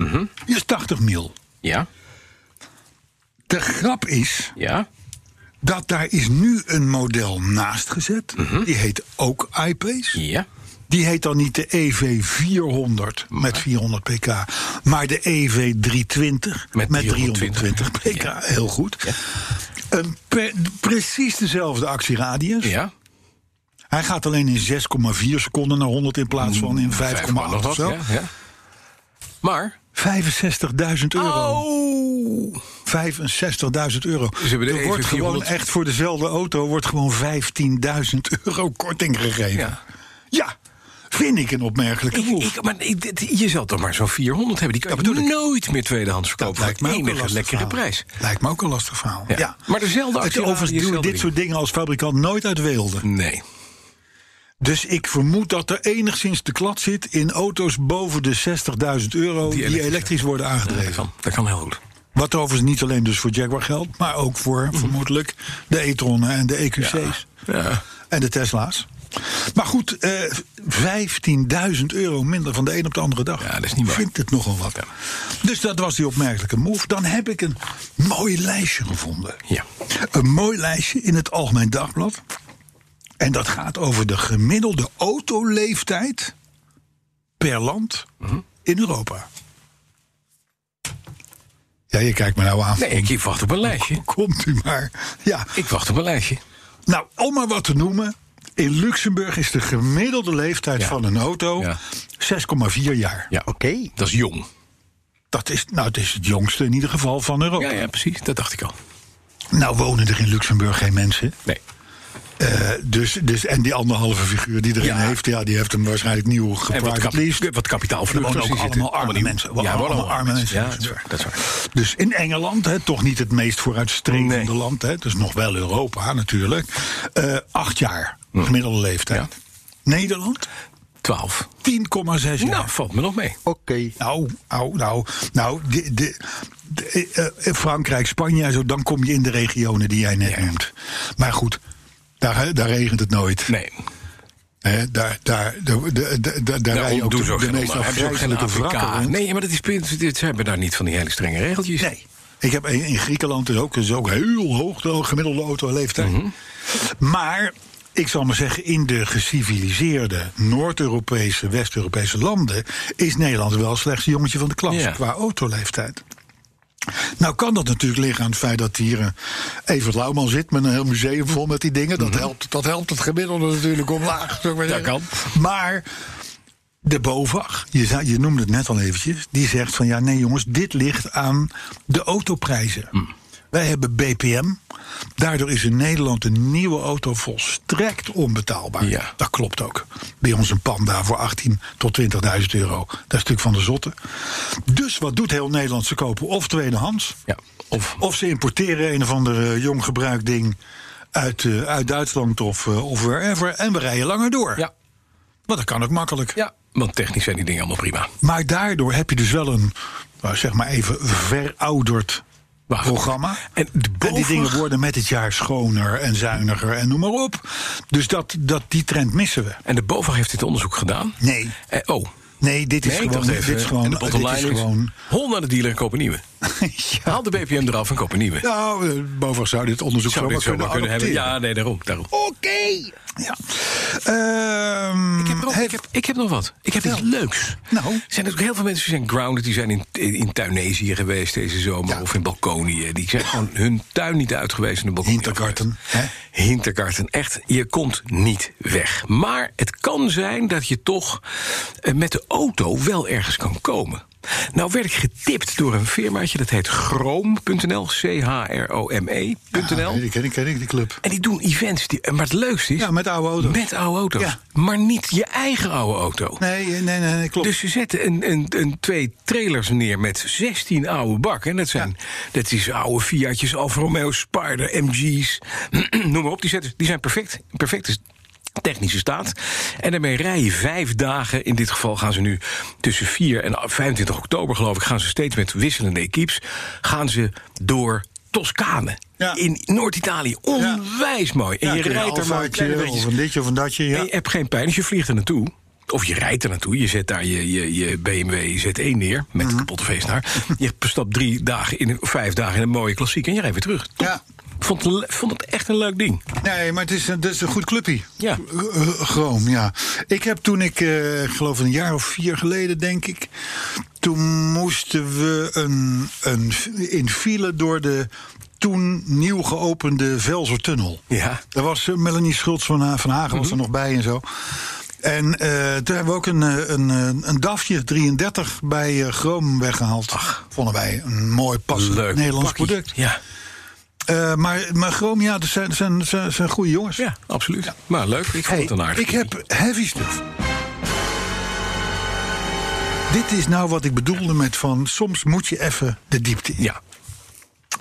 Die is 80 mil. Ja. De grap is Ja. dat daar is nu een model naast gezet. Mhm. Die heet ook iPace. Ja. Die heet dan niet de EV400 met 400 pk, maar de EV320 Met met, 320 320 pk. Ja. Heel goed. Een pre- precies dezelfde actieradius. Ja. Hij gaat alleen in 6,4 seconden naar 100 in plaats van in 5,8 Mm, nog of wat, zo. Ja, ja. Maar. 65.000 euro. Oh. 65.000 euro. Ze hebben de E er wordt EV400 gewoon echt voor dezelfde auto wordt gewoon 15.000 euro korting gegeven. Ja. Ja. vind ik een opmerkelijke Ik, move. ik, maar ik- dit- je zou toch maar zo'n 400 hebben. Die kan Dat je bedoel ik. nooit meer tweedehands verkopen. lijkt mij voor ook een enige lastig lekkere verhaal. prijs. Lijkt me ook een lastig verhaal. Ja. Ja. Maar dezelfde Het actie- overigens doen we dezelfde dit soort dingen als fabrikant nooit uit Weelde. Nee. Dus ik vermoed dat er enigszins de klad zit in auto's boven de 60.000 euro die, elektrisch- elektrisch worden Dat aangedreven. kan, dat kan heel goed. Wat overigens niet alleen dus voor Jaguar geldt, maar ook voor vermoedelijk de e-tronnen en de EQC's. Mhm. Ja. En de Tesla's. Maar goed, eh, 15.000 euro minder van de een op de andere dag. Ja, dat is niet waar. Vindt het nogal wat. Dus dat was die opmerkelijke move. Dan heb ik een mooi lijstje gevonden. Ja. Een mooi lijstje in het Algemeen Dagblad. En dat gaat over de gemiddelde autoleeftijd per land in Europa. Ja, je kijkt me nou aan. Nee, ik wacht op een lijstje. Komt u maar. Ja. Ik wacht op een lijstje. Nou, om maar wat te noemen. In Luxemburg is de gemiddelde leeftijd Ja. van een auto Ja. 6,4 jaar. Ja, oké. Dat is jong. Dat is, nou, het is het jongste in ieder geval van Europa. Ja, ja, precies. Dat dacht ik al. Nou wonen er in Luxemburg geen mensen. Nee. Eh, dus, dus, en die anderhalve figuur die erin Ja. heeft, ja, die heeft hem waarschijnlijk nieuw En wat, gepraat. kap, wat Er kapitaalvluchters wonen die ook zitten. allemaal arme die- mensen. Ja, Allemaal allemaal arme mensen. Ja, dat is waar. Dat is waar. Dus in Engeland, hè, toch niet het meest vooruitstrevende Nee. land. Hè, dus nog wel Europa natuurlijk. Eh, acht jaar gemiddelde leeftijd. Hm. Ja. Nederland? 12. 10,6 jaar. Nou, valt me nog mee. Oké. Nou, nou, nou, nou de, de, de- eh, eh, Frankrijk, Spanje en zo, dan kom je in de regionen die jij net noemt. Maar goed, daar, daar regent het nooit. Nee. Hè, daar daar, de, de, de, de, daar rij je ook doen ze de, ook de geen meest onder. Hebben ze ook geen afgrijzelijke wrakken APK? rond. Nee, maar dat is, punt- dit- ze hebben daar niet van die hele strenge regeltjes. Nee. Ik heb in in Griekenland is ook, is ook heel hoog de gemiddelde autoleeftijd. Mhm. Maar ik zal maar zeggen, in de geciviliseerde Noord-Europese, West-Europese landen is Nederland wel slechts een jongetje van de klas Ja. qua autoleeftijd. Nou kan dat natuurlijk liggen aan het feit dat hier eh, Evert Lauwman zit met een heel museum vol met die dingen. Dat, helpt, dat helpt het gemiddelde natuurlijk omlaag. zou ik maar Dat zeggen. Maar de BOVAG, je, zei- je noemde het net al eventjes, die zegt van ja, nee jongens, dit ligt aan de autoprijzen. Wij hebben BPM. Daardoor is in Nederland een nieuwe auto volstrekt onbetaalbaar. Ja. Dat klopt ook. Bij ons een Panda voor 18.000 tot 20.000 euro. Dat is natuurlijk van de zotte. Dus wat doet heel Nederland? Ze kopen of tweedehands. Ja. Of Of ze importeren een of ander eh, jong gebruikt ding uit, eh, uit Duitsland of, eh, of wherever. En we rijden langer door. Ja. Want dat kan ook makkelijk. Ja, want technisch zijn die dingen allemaal prima. Maar daardoor heb je dus wel een, nou, zeg maar even, verouderd Wagen. programma. En de En die BOVAG dingen worden met het jaar schoner en zuiniger en noem maar op. Dus dat, dat, die trend missen we. En de BOVAG heeft dit onderzoek gedaan. Nee. Eh, oh. Nee, dit is Nee, ik gewoon. dacht even. Dit is en gewoon. de Dit bottom is line is, gewoon (laughs) hol naar de dealer en koop een nieuwe. ja. Haal de BPM eraf en koop een nieuwe. Nou, eh, boven zou dit onderzoek Zou dit zomaar zomaar kunnen, kunnen hebben? adopteren. Ja, nee, daarom. daarom. Oké. Ja. Ehm, Ik heb, er ook- heb- ik, heb, ik heb nog wat. Ik heb iets leuks. Nou. Er zijn ook heel veel mensen die zijn grounded. Die zijn in, in, in Tunesië geweest deze zomer. Of in Balkonië. Die zijn gewoon hun tuin niet uit geweest. En de balkon niet uit Hintergarten, geweest. Hintergarten. Echt, je komt niet weg. Maar het kan zijn dat je toch eh, met de auto wel ergens kan komen. Nou werd ik getipt door een firmaatje. Dat heet Chrome.nl. Ja, E C-H-R-O-M-E.nl. die ken ik, ken ik, die club. En die doen events. Die, maar het leukste is... Ja, met oude auto's. Met oude auto's. Ja. Maar niet je eigen oude auto. Nee, nee, nee, nee, klopt. Dus ze zetten een, een, een, twee trailers neer met 16 oude bakken. En dat zijn dat is oude Fiatjes, Alfa Romeo, Spider, MG's. (clears throat) Noem maar op, die, zetten, die zijn perfect. Perfecte technische staat. En daarmee rij je vijf dagen. In dit geval gaan ze nu tussen 4 en 25 oktober, geloof ik... gaan ze steeds met wisselende equipes gaan ze door Toscane. Ja. In Noord-Italië. Onwijs mooi. En Ja, je kun rijdt er een maar een kleine alfaatje beetje Of een ditje of een datje. en Ja. je hebt geen pijn, dus je vliegt er naartoe. Of je rijdt er naartoe. Je zet daar je, je, je BMW Z1 neer. Met Mhm. een kapotte feestnaar. Je stapt drie dagen in, een- vijf dagen in een mooie klassiek. En je rijdt weer terug. Top. Ja. Vond, het le- vond het echt een leuk ding. Nee, maar het is, een- het is een goed clubpie. Ja. Groom, ja. Ik heb toen ik, eh, ik geloof een jaar of vier geleden, denk ik. Toen moesten we een, een, in file door de toen nieuw geopende Velsertunnel. Ja. Mhm. Daar was eh, Melanie Schultz van, Ha- van Hagen was er nog bij en zo. En eh, toen hebben we ook een, eh, een, eh, een DAFje 33 bij eh Groom weggehaald. Vonden wij een mooi passend Leuk. Nederlands pakkie. product. Ja, Eh, maar, maar Groom, ja, dat zijn, zijn, zijn, zijn goede jongens. ja absoluut. Maar leuk. Ik vond Hey, het een aardig ik heb heavy stuff. Dit is nou wat ik bedoelde met van soms moet je even de diepte in. Ja.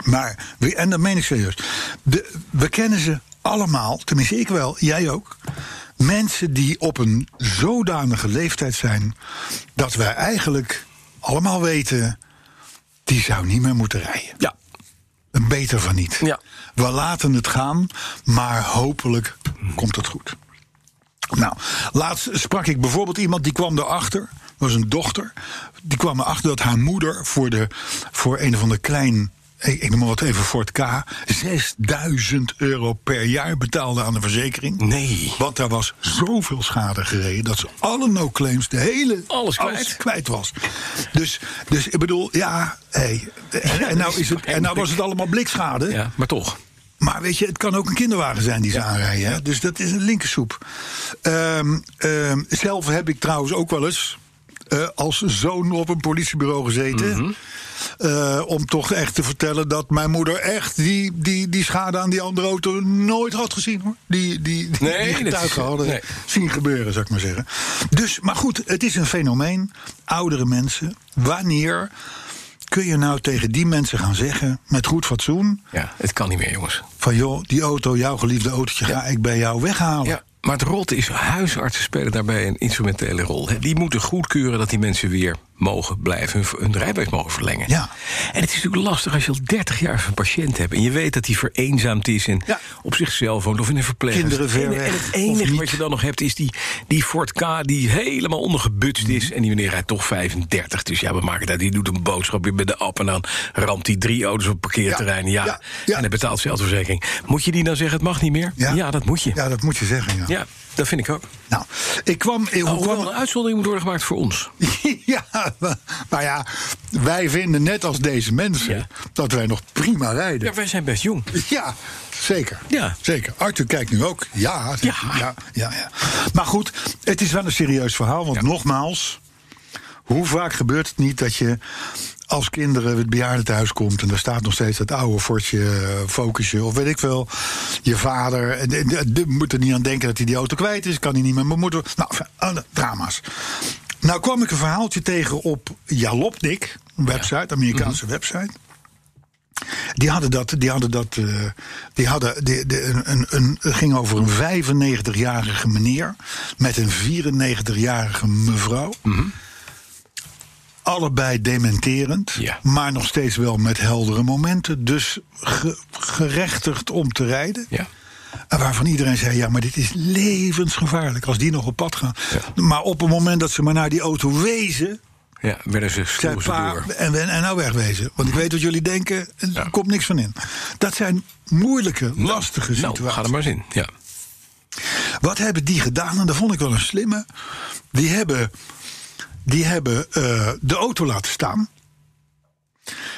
Maar, we- en dat meen ik serieus. De, we kennen ze allemaal, tenminste ik wel, jij ook. Mensen die op een zodanige leeftijd zijn dat wij eigenlijk allemaal weten. Die zou niet meer moeten rijden. Ja. Beter van niet. Ja. We laten het gaan, maar hopelijk komt het goed. Nou, laatst sprak ik bijvoorbeeld iemand die kwam erachter. Dat was een dochter. Die kwam erachter dat haar moeder voor, de, voor een van de klein. Ik, ik noem maar wat even Ford K. 6000 euro per jaar betaalde aan de verzekering. Nee. Want daar was zoveel schade gereden dat ze alle no-claims, de hele. Alles kwijt. was. Dus, dus ik bedoel, ja, hey. En, en nou is het, en nou was het allemaal blikschade. Ja, maar toch. Maar weet je, het kan ook een kinderwagen zijn die ze aanrijden. Hè? Dus dat is een linkersoep. Ehm, ehm, zelf heb ik trouwens ook wel eens eh, als zoon op een politiebureau gezeten. Mhm. Eh, om toch echt te vertellen dat mijn moeder echt die, die, die schade aan die andere auto nooit had gezien. Hoor. Die, die, die, Nee, die dat getuigen is- hadden nee. zien gebeuren, zou ik maar zeggen. Dus, maar goed, het is een fenomeen. Oudere mensen, wanneer kun je nou tegen die mensen gaan zeggen, met goed fatsoen Ja, het kan niet meer, jongens. van joh, die auto, jouw geliefde autootje, ga ik bij jou weghalen. Ja, Maar het rot is, huisartsen spelen daarbij een instrumentele rol. hè. Die moeten goedkeuren dat die mensen weer mogen blijven, hun, hun rijbewijs mogen verlengen. Ja. En het is natuurlijk lastig als je al 30 jaar een patiënt hebt en je weet dat hij vereenzaamd is en Ja. op zichzelf woont of in een verpleeghuis. Kinderen ver en, en weg, het of enige niet. wat je dan nog hebt is die, die Ford K die helemaal ondergebutst Mhm. is en die meneer rijdt toch 35. Dus ja, we maken dat. Die doet een boodschapje bij de app en dan ramt die drie auto's op het parkeerterrein. Ja, Ja, ja, ja. en hij betaalt zelfverzekering. Moet je die dan zeggen, het mag niet meer? Ja. dat moet je. Ja, dat moet je zeggen, ja. Ja, Oh, dat vind ik ook. Nou, ik kwam... eh, hoe Hoewel kwam een uitzondering moet worden gemaakt voor ons. (laughs) ja, nou ja, wij vinden net als deze mensen Ja. dat wij nog prima rijden. Ja, wij zijn best jong. Ja, zeker. Ja. zeker. Arthur kijkt nu ook. Ja, zegt Ja. hij. ja. ja, ja. Maar goed, het is wel een serieus verhaal. Want nogmaals, hoe vaak gebeurt het niet dat je als kinderen het bejaardentehuis komt... en er staat nog steeds dat oude fortje, eh, focusje of weet ik veel. Je vader, en de, de- de moet er niet aan denken dat hij die auto kwijt is. Kan hij niet meer bemoeien. Nou, enfin, alle drama's. Nou kwam ik een verhaaltje tegen op Jalopnik, een website, Amerikaanse Mhm. website. Die hadden dat. Die hadden dat. eh, die hadden. Die, die- een, een, een, het ging over een 95-jarige meneer. met een 94-jarige mevrouw. Mhm. Allebei dementerend. Ja. Maar nog steeds wel met heldere momenten. Dus ge- gerechtigd om te rijden. Ja. En waarvan iedereen zei: ja, maar dit is levensgevaarlijk. als die nog op pad gaan. Maar op het moment dat ze maar naar die auto wezen. Ja, werden ze Ik zei, slozen pa, door. en, en, en nou wegwezen. Want ik weet wat jullie denken, en Ja. er komt niks van in. Dat zijn moeilijke, lastige situaties. Nou, ga er maar eens in. Ja. Wat hebben die gedaan? En dat vond ik wel een slimme. Die hebben, die hebben eh, de auto laten staan.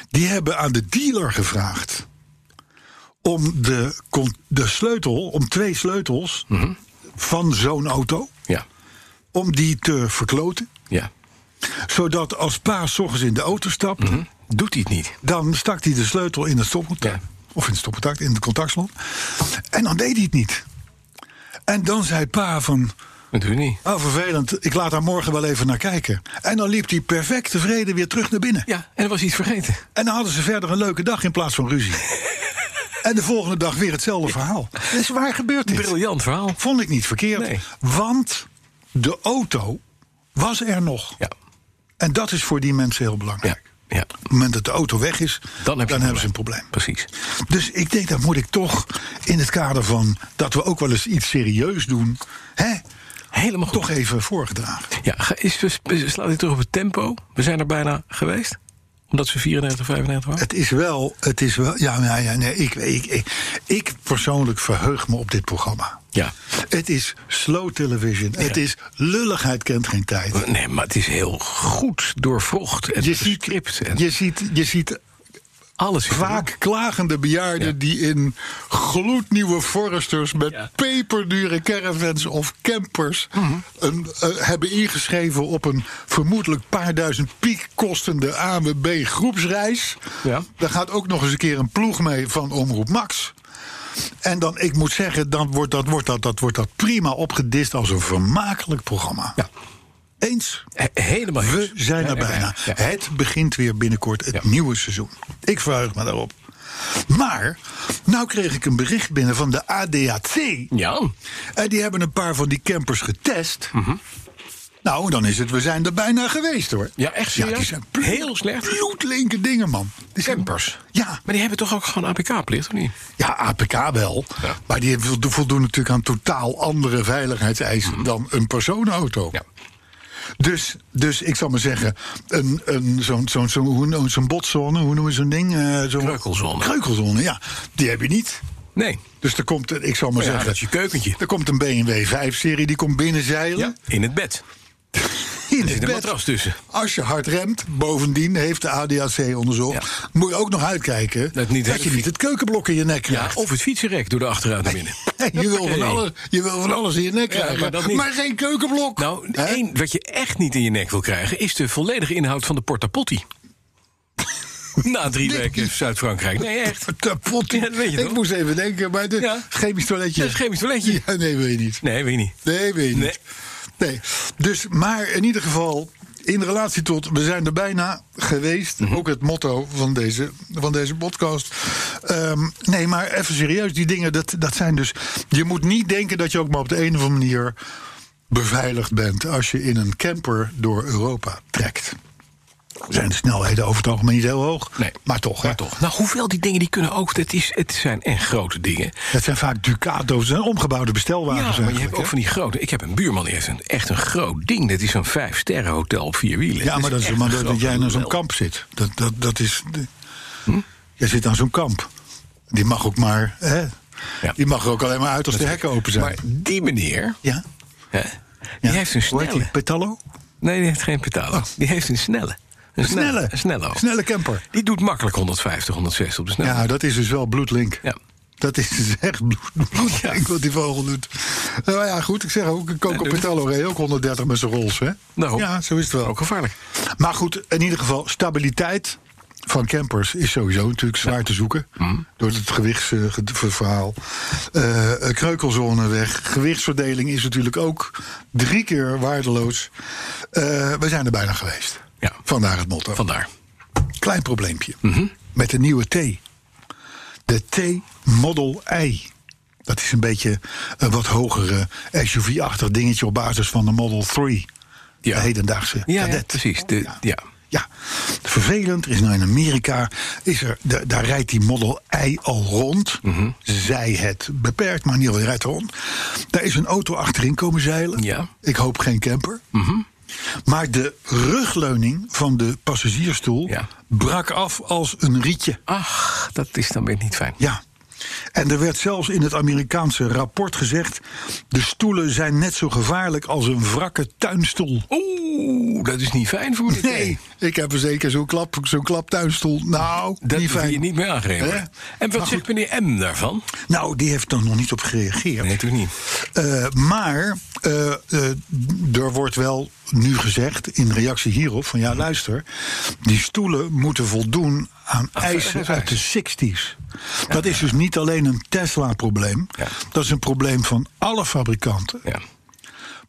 Die hebben aan de dealer gevraagd om de, con- de sleutel, om twee sleutels Mhm. van zo'n auto, Ja. om die te verkloten. ja. Zodat als pa 's ochtends in de auto stapt, Mhm. Doet hij het niet? Dan stak hij de sleutel in het stopcontact. Ja. Of in het stopcontact, in het contactslot. En dan deed hij het niet. En dan zei pa van... Dat doet hij niet. Oh, vervelend, ik laat daar morgen wel even naar kijken. En dan liep hij perfect tevreden weer terug naar binnen. Ja, en er was iets vergeten. En dan hadden ze verder een leuke dag in plaats van ruzie. en de volgende dag weer hetzelfde verhaal. Dus waar gebeurt dit? Briljant verhaal. Vond ik niet verkeerd. Nee. Want de auto was er nog. Ja. En dat is voor die mensen heel Ja. belangrijk. ja. Op het moment dat de auto weg is, Dan, heb je een hebben ze een probleem. Precies. Dus ik denk dat moet ik toch in het kader van dat we ook wel eens iets serieus doen, hè, Helemaal goed. toch even voorgedragen. Ja, ga- is, is- is- slaat dit terug op het tempo. We zijn er bijna geweest. Omdat ze 94, 95 waren. Het is wel, het is wel, ja, ja, ja nee, ik, ik, ik, ik persoonlijk verheug me op dit programma. Ja. Het is slow television. Het is lulligheid kent geen tijd. Nee, maar het is heel goed doorvrocht. En Je gescript. ziet, En je, ziet, je ziet alles. is vaak klagende bejaarden Ja. die in gloednieuwe Foresters met Ja. Mhm. peperdure caravans of campers een, eh, hebben ingeschreven op een vermoedelijk paar duizend piek kostende AWB groepsreis. Ja. Daar gaat ook nog eens een keer een ploeg mee van Omroep Max. En dan, ik moet zeggen, dan wordt dat, wordt dat, dat, wordt dat prima opgedist als een vermakelijk programma. Ja. Eens? He- helemaal We eens. zijn er Ja, bijna. ja. Het begint weer binnenkort het Ja. nieuwe seizoen. Ik verheug me daarop. Maar, nou kreeg ik een bericht binnen van de ADAC. Ja. En die hebben een paar van die campers getest. Mhm. Nou, dan is het, we zijn er bijna geweest hoor. Ja, echt Ja, die serieus? zijn bloed- Heel slecht. bloedlinke dingen, man. Die zijn- Campers. Ja, Maar die hebben toch ook gewoon APK-plicht, of niet? ja, APK wel. Ja. Maar die voldo- voldoen natuurlijk aan totaal andere veiligheidseisen dan een personenauto. Mhm. Ja. Dus, dus ik zal maar zeggen, een, een, zo'n zo'n zo'n hoe noem- zo'n botzone, hoe noemen ze zo'n ding? eh zo'n Kreukelzone. Kreukelzone, ja. Die heb je niet. Nee. Dus er komt, een- ik zal maar Oh Ja, zeggen, dat is je keukentje. Er komt een BMW 5-serie, die komt binnenzeilen. Ja. In het bed. In zit het een bed. matras tussen. Als je hard remt, bovendien heeft de ADAC onderzocht, Ja. moet je ook nog uitkijken Dat dat, niet hele je fiets- niet het keukenblok in je nek Ja, krijgt. of het fietsenrek door de achteruit naar binnen. (laughs) je, wil van Nee. alles, je wil van alles in je nek Ja, krijgen, maar dat niet. geen keukenblok. Nou, Hè? één wat je echt niet in je nek wil krijgen... is de volledige inhoud van de porta (laughs) potty. Na drie Dit weken niet. Zuid-Frankrijk. Nee, echt. Kapot. Ja, dat weet je ik toch? moest even denken, maar de Ja. chemisch toiletje. Ja, het chemisch toiletje. Ja, nee, wil je niet. Nee, weet je niet. Nee, wil je Nee. niet. Nee. Dus, maar in ieder geval, in relatie Mhm. tot we zijn er bijna geweest. Ook het motto van deze, van deze podcast. Ehm, nee, maar even serieus. Die dingen, dat, dat zijn dus... Je moet niet denken dat je ook maar op de een of andere manier... beveiligd bent als je in een camper door Europa trekt. Zijn de snelheden over het algemeen niet heel hoog. Nee. Maar toch, Maar hè. toch. Nou, hoeveel die dingen die kunnen ook. Het, is, het zijn echt grote dingen. Het zijn vaak Ducato's, het zijn omgebouwde Ja, bestelwagens. maar je hebt eigenlijk, ook hè. van die grote. Ik heb een buurman, die heeft een, echt een groot ding. Dat is een vijf-sterren hotel op vier wielen. Ja, maar dat is echt maar een dat, dat groot Hm? jij naar zo'n hotel. kamp zit. Dat, dat, dat is. de- Jij zit aan zo'n kamp. Die mag ook maar. Hè? Ja. Die mag er ook alleen maar uit als de hekken open zijn. Maar die meneer, ja. hè, die Ja. heeft een Hoe heet die? snelle. Petallo? Nee, die heeft geen petalo. Die heeft een snelle. Een Snelle. Een snelle. Snelle camper. Die doet makkelijk 150, 160 op de snelheid. Ja, dat is dus wel bloedlink. Ja. Dat is dus echt bloed, bloedlink wat die vogel doet. Nou ja, goed, ik zeg ook, Coco doet- Petallo reed ook 130 met zijn rolls, hè? Daarom. Ja, zo is het wel. Nou. Ook gevaarlijk. Maar goed, in ieder geval, stabiliteit van campers is sowieso natuurlijk zwaar te zoeken. Mhm. Door het gewichtsverhaal. Eh kreukelzone weg. Gewichtsverdeling is natuurlijk ook drie keer waardeloos. Eh, we zijn er bijna geweest. Ja. Vandaar het motto. Vandaar. Mhm. Klein probleempje. Met de nieuwe T. De T-Model I. Dat is een beetje een wat hogere SUV-achtig dingetje op basis van de Model 3. Ja. De hedendaagse Ja, ja cadet. precies. De, ja. Ja, vervelend er is nou in Amerika. Is er, da- daar rijdt die Model I al rond. Mhm. Zij het beperkt, maar in ieder geval die rijdt er rond. Daar is een auto achterin komen zeilen. Ja. Mhm. Ik hoop geen camper. Maar de rugleuning van de passagiersstoel Ja. brak af als een rietje. Ach, dat is dan weer niet fijn. Ja. En er werd zelfs in het Amerikaanse rapport gezegd: de stoelen zijn net zo gevaarlijk als een wrakke tuinstoel. Oeh, dat is niet fijn voor meneer. Nee, ik heb er zeker zo'n klap, zo'n klap thuisstoel. Nou, Dat niet is fijn. je niet meer aangereden. Hè? worden. En wat zegt meneer M daarvan? Nou, die heeft er nog niet op gereageerd. Nee, natuurlijk niet. Eh, maar eh, eh, er wordt wel nu gezegd in reactie hierop: van Mhm. ja, luister, die stoelen moeten voldoen aan eisen uit de 60s. Dat is dus niet alleen een Tesla-probleem, Ja. dat is een probleem van alle fabrikanten. Ja.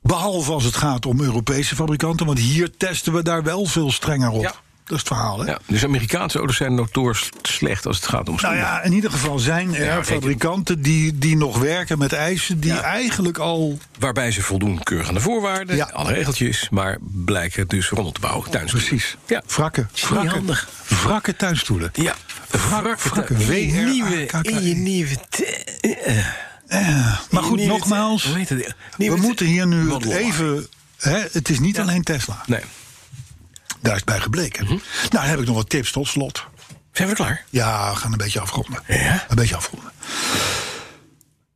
Behalve als het gaat om Europese fabrikanten, want hier testen we daar wel veel strenger op. Ja. Dat is het verhaal, hè? Ja, dus Amerikaanse auto's zijn notoors slecht als het gaat om Nou stoelen. ja, in ieder geval zijn er Ja, weet je- fabrikanten die, die nog werken met eisen die eigenlijk al. Waarbij ze voldoen keurig aan de voorwaarden, Ja. alle regeltjes, maar blijken dus rommel te bouwen. Tuinstoelen. Precies. Ja. Wrakken. Wrakken. handig. Wrakken tuinstoelen. Ja, wrakken. In je W R A K K E. nieuwe, in je nieuwe te- eh, eh, Maar goed, nieuwe te- nogmaals. hoe heet het? We Nieuwe te- moeten hier nu het Model Y. even. Hè, het is niet alleen Tesla. Nee. Daar is het bij gebleken. Mhm. Nou, dan heb ik nog wat tips tot slot. Zijn we klaar? Ja, we gaan een beetje afronden. Ja? Een beetje afronden.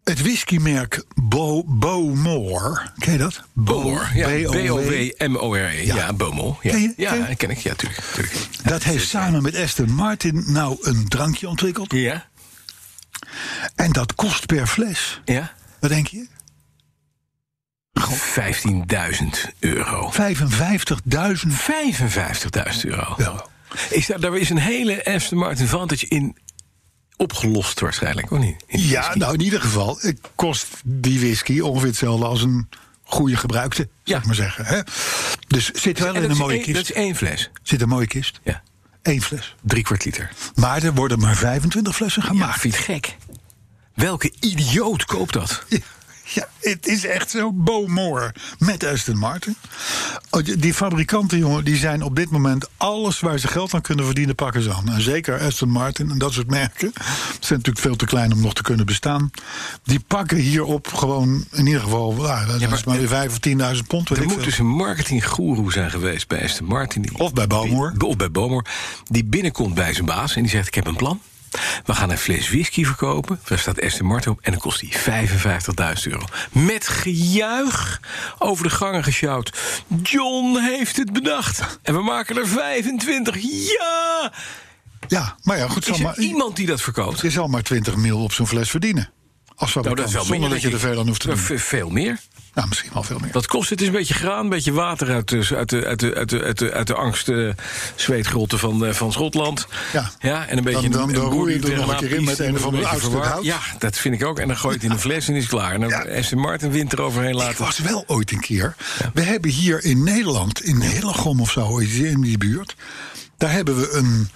Het whiskymerk Bo, Bowmore. Ken je dat? Bomor. Ja, B-O-W. B-O-W-M-O-R-E. E. Ja, Bomol. Ja. Ken je? Ja, Ken je? ken ik. Ja, tuurlijk. tuurlijk. Dat heeft samen met Aston Martin nou een drankje ontwikkeld. Ja? En dat kost per fles. Ja? Wat denk je? 15.000 euro. 55.000 55.000 euro. euro. Is daar, daar is een hele Aston Martin Vantage in opgelost waarschijnlijk, of niet? In die Ja, whisky. nou in ieder geval eh, kost die whisky ongeveer hetzelfde als een goede gebruikte, zou Ja. ik maar zeggen. Hè? Dus zit wel En in dat een is mooie één- kist. Dat is één fles. Zit een mooie kist. Ja. Eén fles. Drie kwart liter. Maar er worden maar 25 flessen Maar gemaakt. vind je het gek? Welke idioot koopt dat? (laughs) Ja, ja, het is echt zo. Bowmore met Aston Martin. Oh, die- Die fabrikanten, jongen, die zijn op dit moment alles waar ze geld aan kunnen verdienen, pakken ze aan. En zeker Aston Martin en dat soort merken. Ze zijn natuurlijk veel te klein om nog te kunnen bestaan. Die pakken hierop gewoon, in ieder geval, nou, dat is maar weer 5 of 10.000 pond. weet Er ik moet veel. dus een marketinggoeroe zijn geweest bij Aston Martin. die- Of bij Bowmore. die- Of bij Bowmore. Die binnenkomt bij zijn baas en die zegt: Ik heb een plan. We gaan een fles whisky verkopen. Daar staat Aston Martin op. En dan kost die 55.000 euro. Met gejuich over de gangen gesjouwd. John heeft het bedacht. En we maken er 25. Ja! Ja, maar ja, goed. Zal Is er maar, iemand die dat verkoopt? je zal maar 20 mil op zo'n fles verdienen. Als Nou, fabrikant, dat is wel zonder meer, dat je er denk ik. veel aan hoeft te Ve- doen. ve- Veel meer. Nou, misschien wel veel meer. Wat kost het? Het is een beetje graan, een beetje water uit de, uit de, uit de, uit de, uit de, uit de angst eh, zweetgrotten van, eh, van Schotland. Ja. ja, en een beetje Dan- dan- een- dan roer je een boerderie het er nog tegenaan een keer in met piest, een of ander beetje oud stuk verwarren. hout. Ja, dat vind ik ook. En dan gooi je het in een fles en is het klaar. En dan Aston Martin winter overheen Ik laten. was wel ooit een keer. We hebben hier in Nederland, in Hillegom of zo, iets in die buurt. Daar hebben we een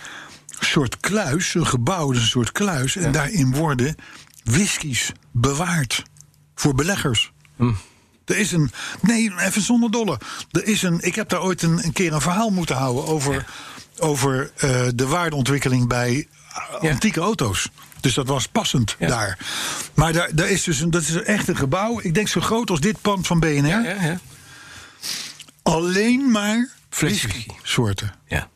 soort kluis, een gebouw, dus een soort kluis. En daarin worden whiskies bewaard voor beleggers. Hm. Er is een. Nee, even zonder dolle. Er is een. Ik heb daar ooit een, een keer een verhaal moeten houden over. Over eh, de waardeontwikkeling bij Ja. antieke auto's. Dus dat was passend Ja. daar. Maar daar, daar is dus een, dat is echt een gebouw. Ik denk zo groot als dit pand van BNR. Ja, ja. Alleen maar Flesje whisky soorten. ja.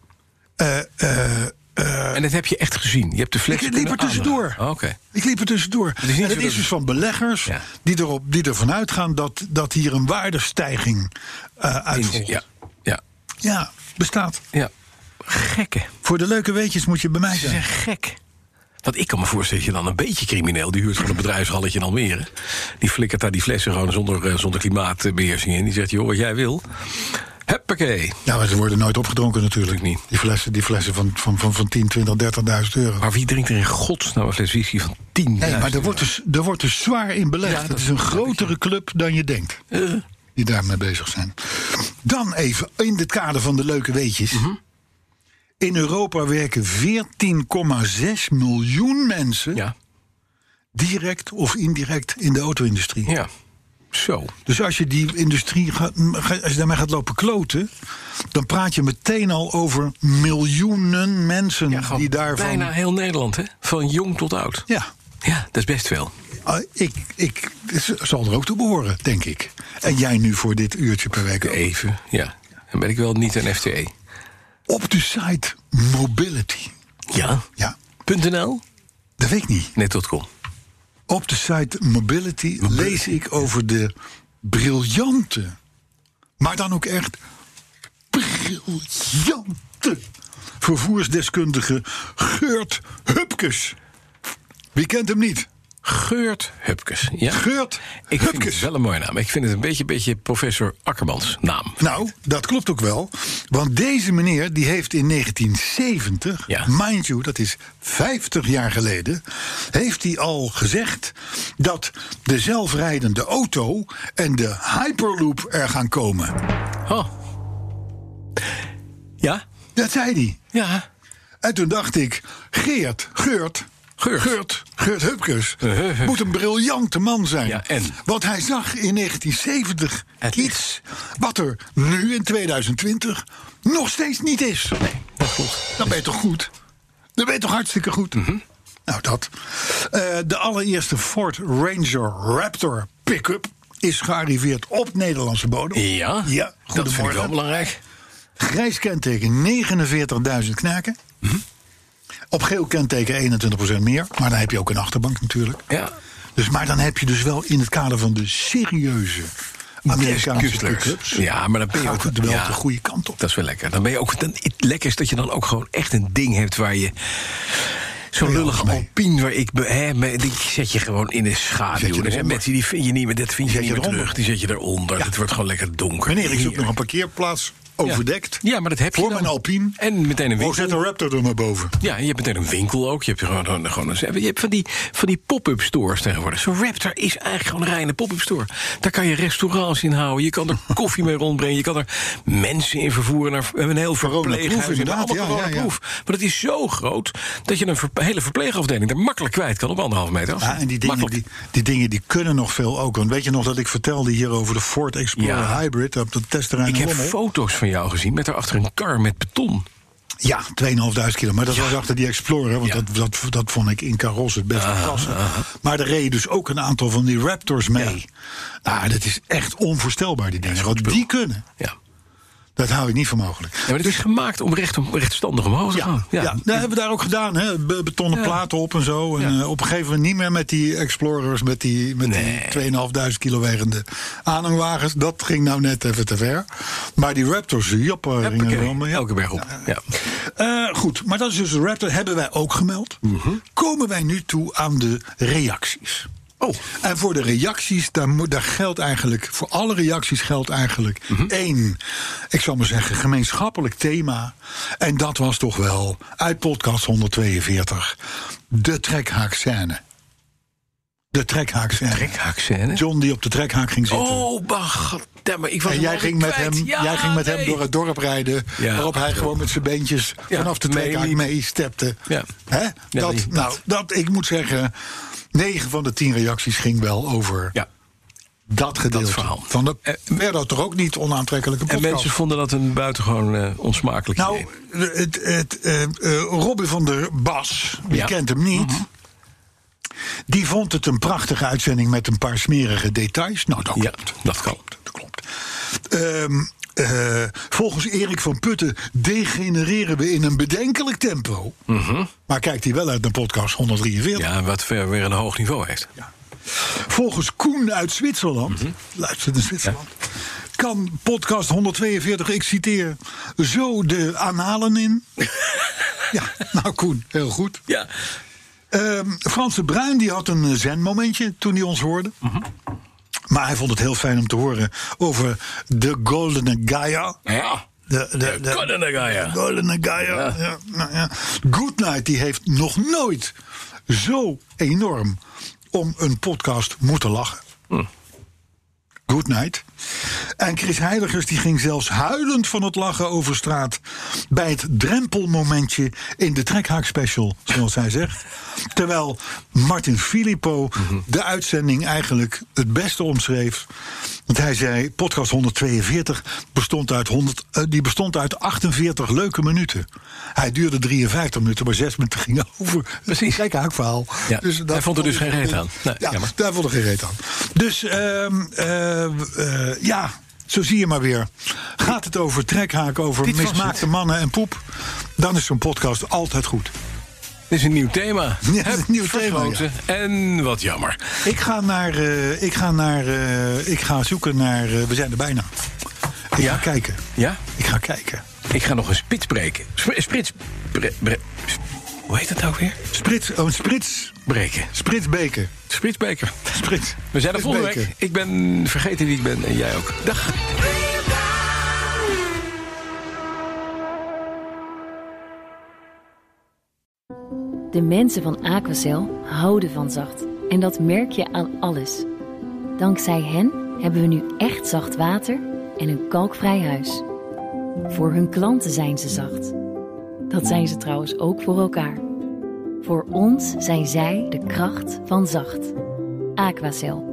en dat heb je echt gezien. Je hebt de fles. Eh, Ik liep er tussendoor. Oh, Oké. Ik liep er tussendoor. is niet en zo het dat is het- dus van beleggers Ja. die, erop, die ervan uitgaan dat, dat hier een waardestijging eh uitvolgt. Ja. ja. Ja, bestaat. Ja. Gekke. Voor de leuke weetjes moet je bij mij Ze zijn. zijn gek. Want ik kan me voorstellen dat je dan een beetje crimineel... die huurt van een bedrijfshalletje in Almere... die flikkert daar die flessen gewoon zonder, eh, zonder klimaatbeheersing in. Die zegt, joh, wat jij wil. Huppakee. Ja, maar Nou, ze worden nooit opgedronken natuurlijk. Natuurlijk niet. Die flessen, die flessen van, van, van, van 10, 20, 30.000 euro. Maar wie drinkt er in godsnaam een fles whisky van 10 Nee, maar er wordt dus, er wordt dus zwaar in belegd. Ja, dat het is een heb ik grotere club dan je denkt. Eh. Die daarmee bezig zijn. Dan even in het kader van de leuke weetjes. Mhm. In Europa werken 14,6 miljoen mensen Ja. direct of indirect in de auto-industrie. Ja. Zo. Dus als je die industrie gaat, m, ga- als je daarmee gaat lopen kloten, dan praat je meteen al over miljoenen mensen gewoon die daarvan. Bijna heel Nederland, hè? Van jong tot oud. Ja, Ja, dat is best veel. Ah, ik, ik z- zal er ook toe behoren, denk ik. En jij nu voor dit uurtje per week. ook. Even, ja. Dan ben ik wel niet een E. FTE. Op de site Mobility. Ja. Ja, .nl? dat weet ik niet. Net tot kom. Op de site Mobility, lees ik over de briljante, maar dan ook echt briljante vervoersdeskundige Geurt Hupkes. Wie kent hem niet? Geurt Hupkes. Ja? Geurt Ik vind Hupkes. het wel een mooie naam. Ik vind het een beetje, beetje professor Akkermans naam. Nou, dat klopt ook wel. Want deze meneer die heeft in 1970, Ja. mind you, dat is 50 jaar geleden, heeft hij al gezegd dat de zelfrijdende auto en de Hyperloop er gaan komen. Oh. Ja? Dat zei hij. Ja. En toen dacht ik, Geert, Geurt. Geurt. Geurt, Geurt (laughs) Hupkes. Moet een briljante man zijn. Ja, en? Want hij zag in 1970 Het is- iets wat er nu in 2020 nog steeds niet is. Dat klopt. Dan ben je toch goed? Dan ben je toch hartstikke goed? Mhm. Nou, dat. Eh, de allereerste Ford Ranger Raptor pick-up is gearriveerd op Nederlandse bodem. Ja? Ja, Dat vind ik wel goedemorgen. belangrijk. Grijs kenteken 49.000 knaken. Mhm. Op geel kenteken 21% meer. Maar dan heb je ook een achterbank natuurlijk. Ja. Dus, maar dan heb je dus wel in het kader van de serieuze Amerikaanse Deskutlers. pick-ups. Ja, maar dan ben je gaat ook- het wel ja. de goede kant op. Dat is wel lekker. Dan ben je ook, dan, het lekker is dat je dan ook gewoon echt een ding hebt waar je. Zo'n je lullige alles mee. alpine waar ik. be- Hè, me- die zet je gewoon in een schaduw. Zet je Er zijn eronder. mensen die vind je niet meer. Dat vind je, Zet je niet meer eronder. terug. Die zet je eronder. Het wordt gewoon lekker donker. Meneer, ik zoek Heerlijk. nog een parkeerplaats overdekt. Ja, maar dat heb je Voor dan. mijn Alpine. En meteen een Oh, winkel. zet een Raptor er maar boven. Ja, en je hebt meteen een winkel ook. Je hebt gewoon, gewoon, gewoon een, je hebt van die, van die pop-up stores tegenwoordig. Zo'n Raptor is eigenlijk gewoon een reine pop-up store. Daar kan je restaurants in houden. Je kan (laughs) er koffie mee rondbrengen. Je kan er mensen in vervoeren. Naar, we hebben een heel Coronaproof, verpleeghuis. We hebben inderdaad, allemaal ja, ja, ja. coronaproof. Maar het is zo groot dat je een verp- hele verpleegafdeling... er makkelijk kwijt kan op anderhalve meter. Ja, Ah, en die dingen Makkelijk. die, die dingen die kunnen nog veel ook. Want weet je nog dat ik vertelde hier over de Ford Explorer Ja. Hybrid op dat testterrein Ik in heb Lommel? foto's van jou gezien met daarachter een kar met beton. Ja, 2.500 kilo. Maar dat was achter die Explorer, want Ja. dat, dat, dat vond ik in Caros het beste passen. Maar er reden dus ook een aantal van die Raptors mee. Nou, dat is echt onvoorstelbaar, die dingen. Wat die kunnen, Ja. dat hou ik niet voor mogelijk. Ja, maar het is gemaakt om recht, om rechtstandig omhoog te Dus- Ja, gaan. ja. dat hebben we daar ook gedaan. Hè? Be- Betonnen Oh, Ja. platen op en zo. En Ja. eh, op een gegeven moment niet meer met die Explorers, met die, met Nee. die 2.500 kilo wegende aanhangwagens. Dat ging nou net even te ver. Maar die Raptors, joppa, gingen er Hoppakee, allemaal in. Elke berg op. ja. Eh, goed, maar dat is dus de Raptor, hebben wij ook gemeld. Mhm. Komen wij nu toe aan de reacties. Oh. En voor de reacties, daar, moet- daar geldt eigenlijk, voor alle reacties geldt eigenlijk Mhm. één, ik zal maar zeggen, gemeenschappelijk thema. En dat was toch wel uit podcast 142, de trekhaak scène. De trekhaak Trekhaak-scène? John die op de trekhaak ging zitten. Oh, bah, maar ik was En hem jij al ging, met kwijt. hem, Ja, jij ging met hem nee. door het dorp rijden. Ja. waarop hij gewoon met zijn beentjes Ja, vanaf de mee trekhaak liep. mee stepte. Ja. Hè? dat, die- nou, dat, ik moet zeggen, 9 van de 10 reacties ging wel over Ja. dat gedeelte. verhaal. Van de Eh, Merdo toch ook niet onaantrekkelijke En podcast. mensen vonden dat een buitengewoon eh, onsmakelijk nou, idee. het, het, eh, eh, Robin van der Bas, die Ja. Mhm. kent hem niet. Die vond het een prachtige uitzending met een paar smerige details. Nou, dat Ja, klopt. dat kan. Dat klopt. Ehm, eh, volgens Erik van Putten degenereren we in een bedenkelijk tempo. Maar kijkt hij wel uit naar podcast 143. Ja, wat weer weer een hoog niveau heeft. Volgens Koen uit Zwitserland, luistert in Zwitserland, kan podcast 142, ik citeer, zo de analen in. ja, nou Koen, heel goed. Ja, Ehm Frans de Bruin die had een eh, zenmomentje toen hij ons hoorde. Maar hij vond het heel fijn om te horen over de Golden Gaia. ja. De, de, de, Golden Gaia. de Golden Gaia. Ja. nou ja. Goodnight die heeft nog nooit zo enorm om een podcast moeten lachen. Goodnight. En Chris Heiligers die ging zelfs huilend van het lachen over straat... bij het drempelmomentje in de trekhaak special, zoals hij (laughs) zegt. Terwijl Martin Filippo Mhm. de uitzending eigenlijk het beste omschreef. Want hij zei, podcast 142 bestond uit, 100, eh, die bestond uit 48 leuke minuten. Hij duurde 53 minuten, maar 6 minuten gingen (laughs) over. Precies. Kijk, haakverhaal. Ja, hij vond er dus geen reet aan. Nee, ja, jammer. daar vond ik geen reet aan. Dus ehm, eh, eh, ja, zo zie je maar weer. Gaat het over trekhaak, over Dit was mismaakte mannen en poep... dan is zo'n podcast altijd goed. Dit is een nieuw thema. (laughs) Ja, het is Hup, een nieuw thema, vergroten. En wat jammer. Ik ga, naar, eh, ik ga, naar, eh, ik ga zoeken naar... eh, we zijn er bijna. Ik Ja. ga kijken. Ja? Ik ga kijken. Ik ga nog een spits breken. Sp- Sprits. bre- bre- sp- hoe heet dat nou weer? Sprits, oh, een sprits, Breken. spritsbeker. Spritsbeker. Sprits. We zijn er volgende Spritsbeker. week. Ik ben vergeten wie ik ben en jij ook. Dag. De mensen van Aquacel houden van zacht. En dat merk je aan alles. Dankzij hen hebben we nu echt zacht water en een kalkvrij huis. Voor hun klanten zijn ze zacht. Dat zijn ze trouwens ook voor elkaar. Voor ons zijn zij de kracht van zacht. Aquacel.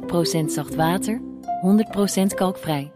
100% zacht water, 100% kalkvrij.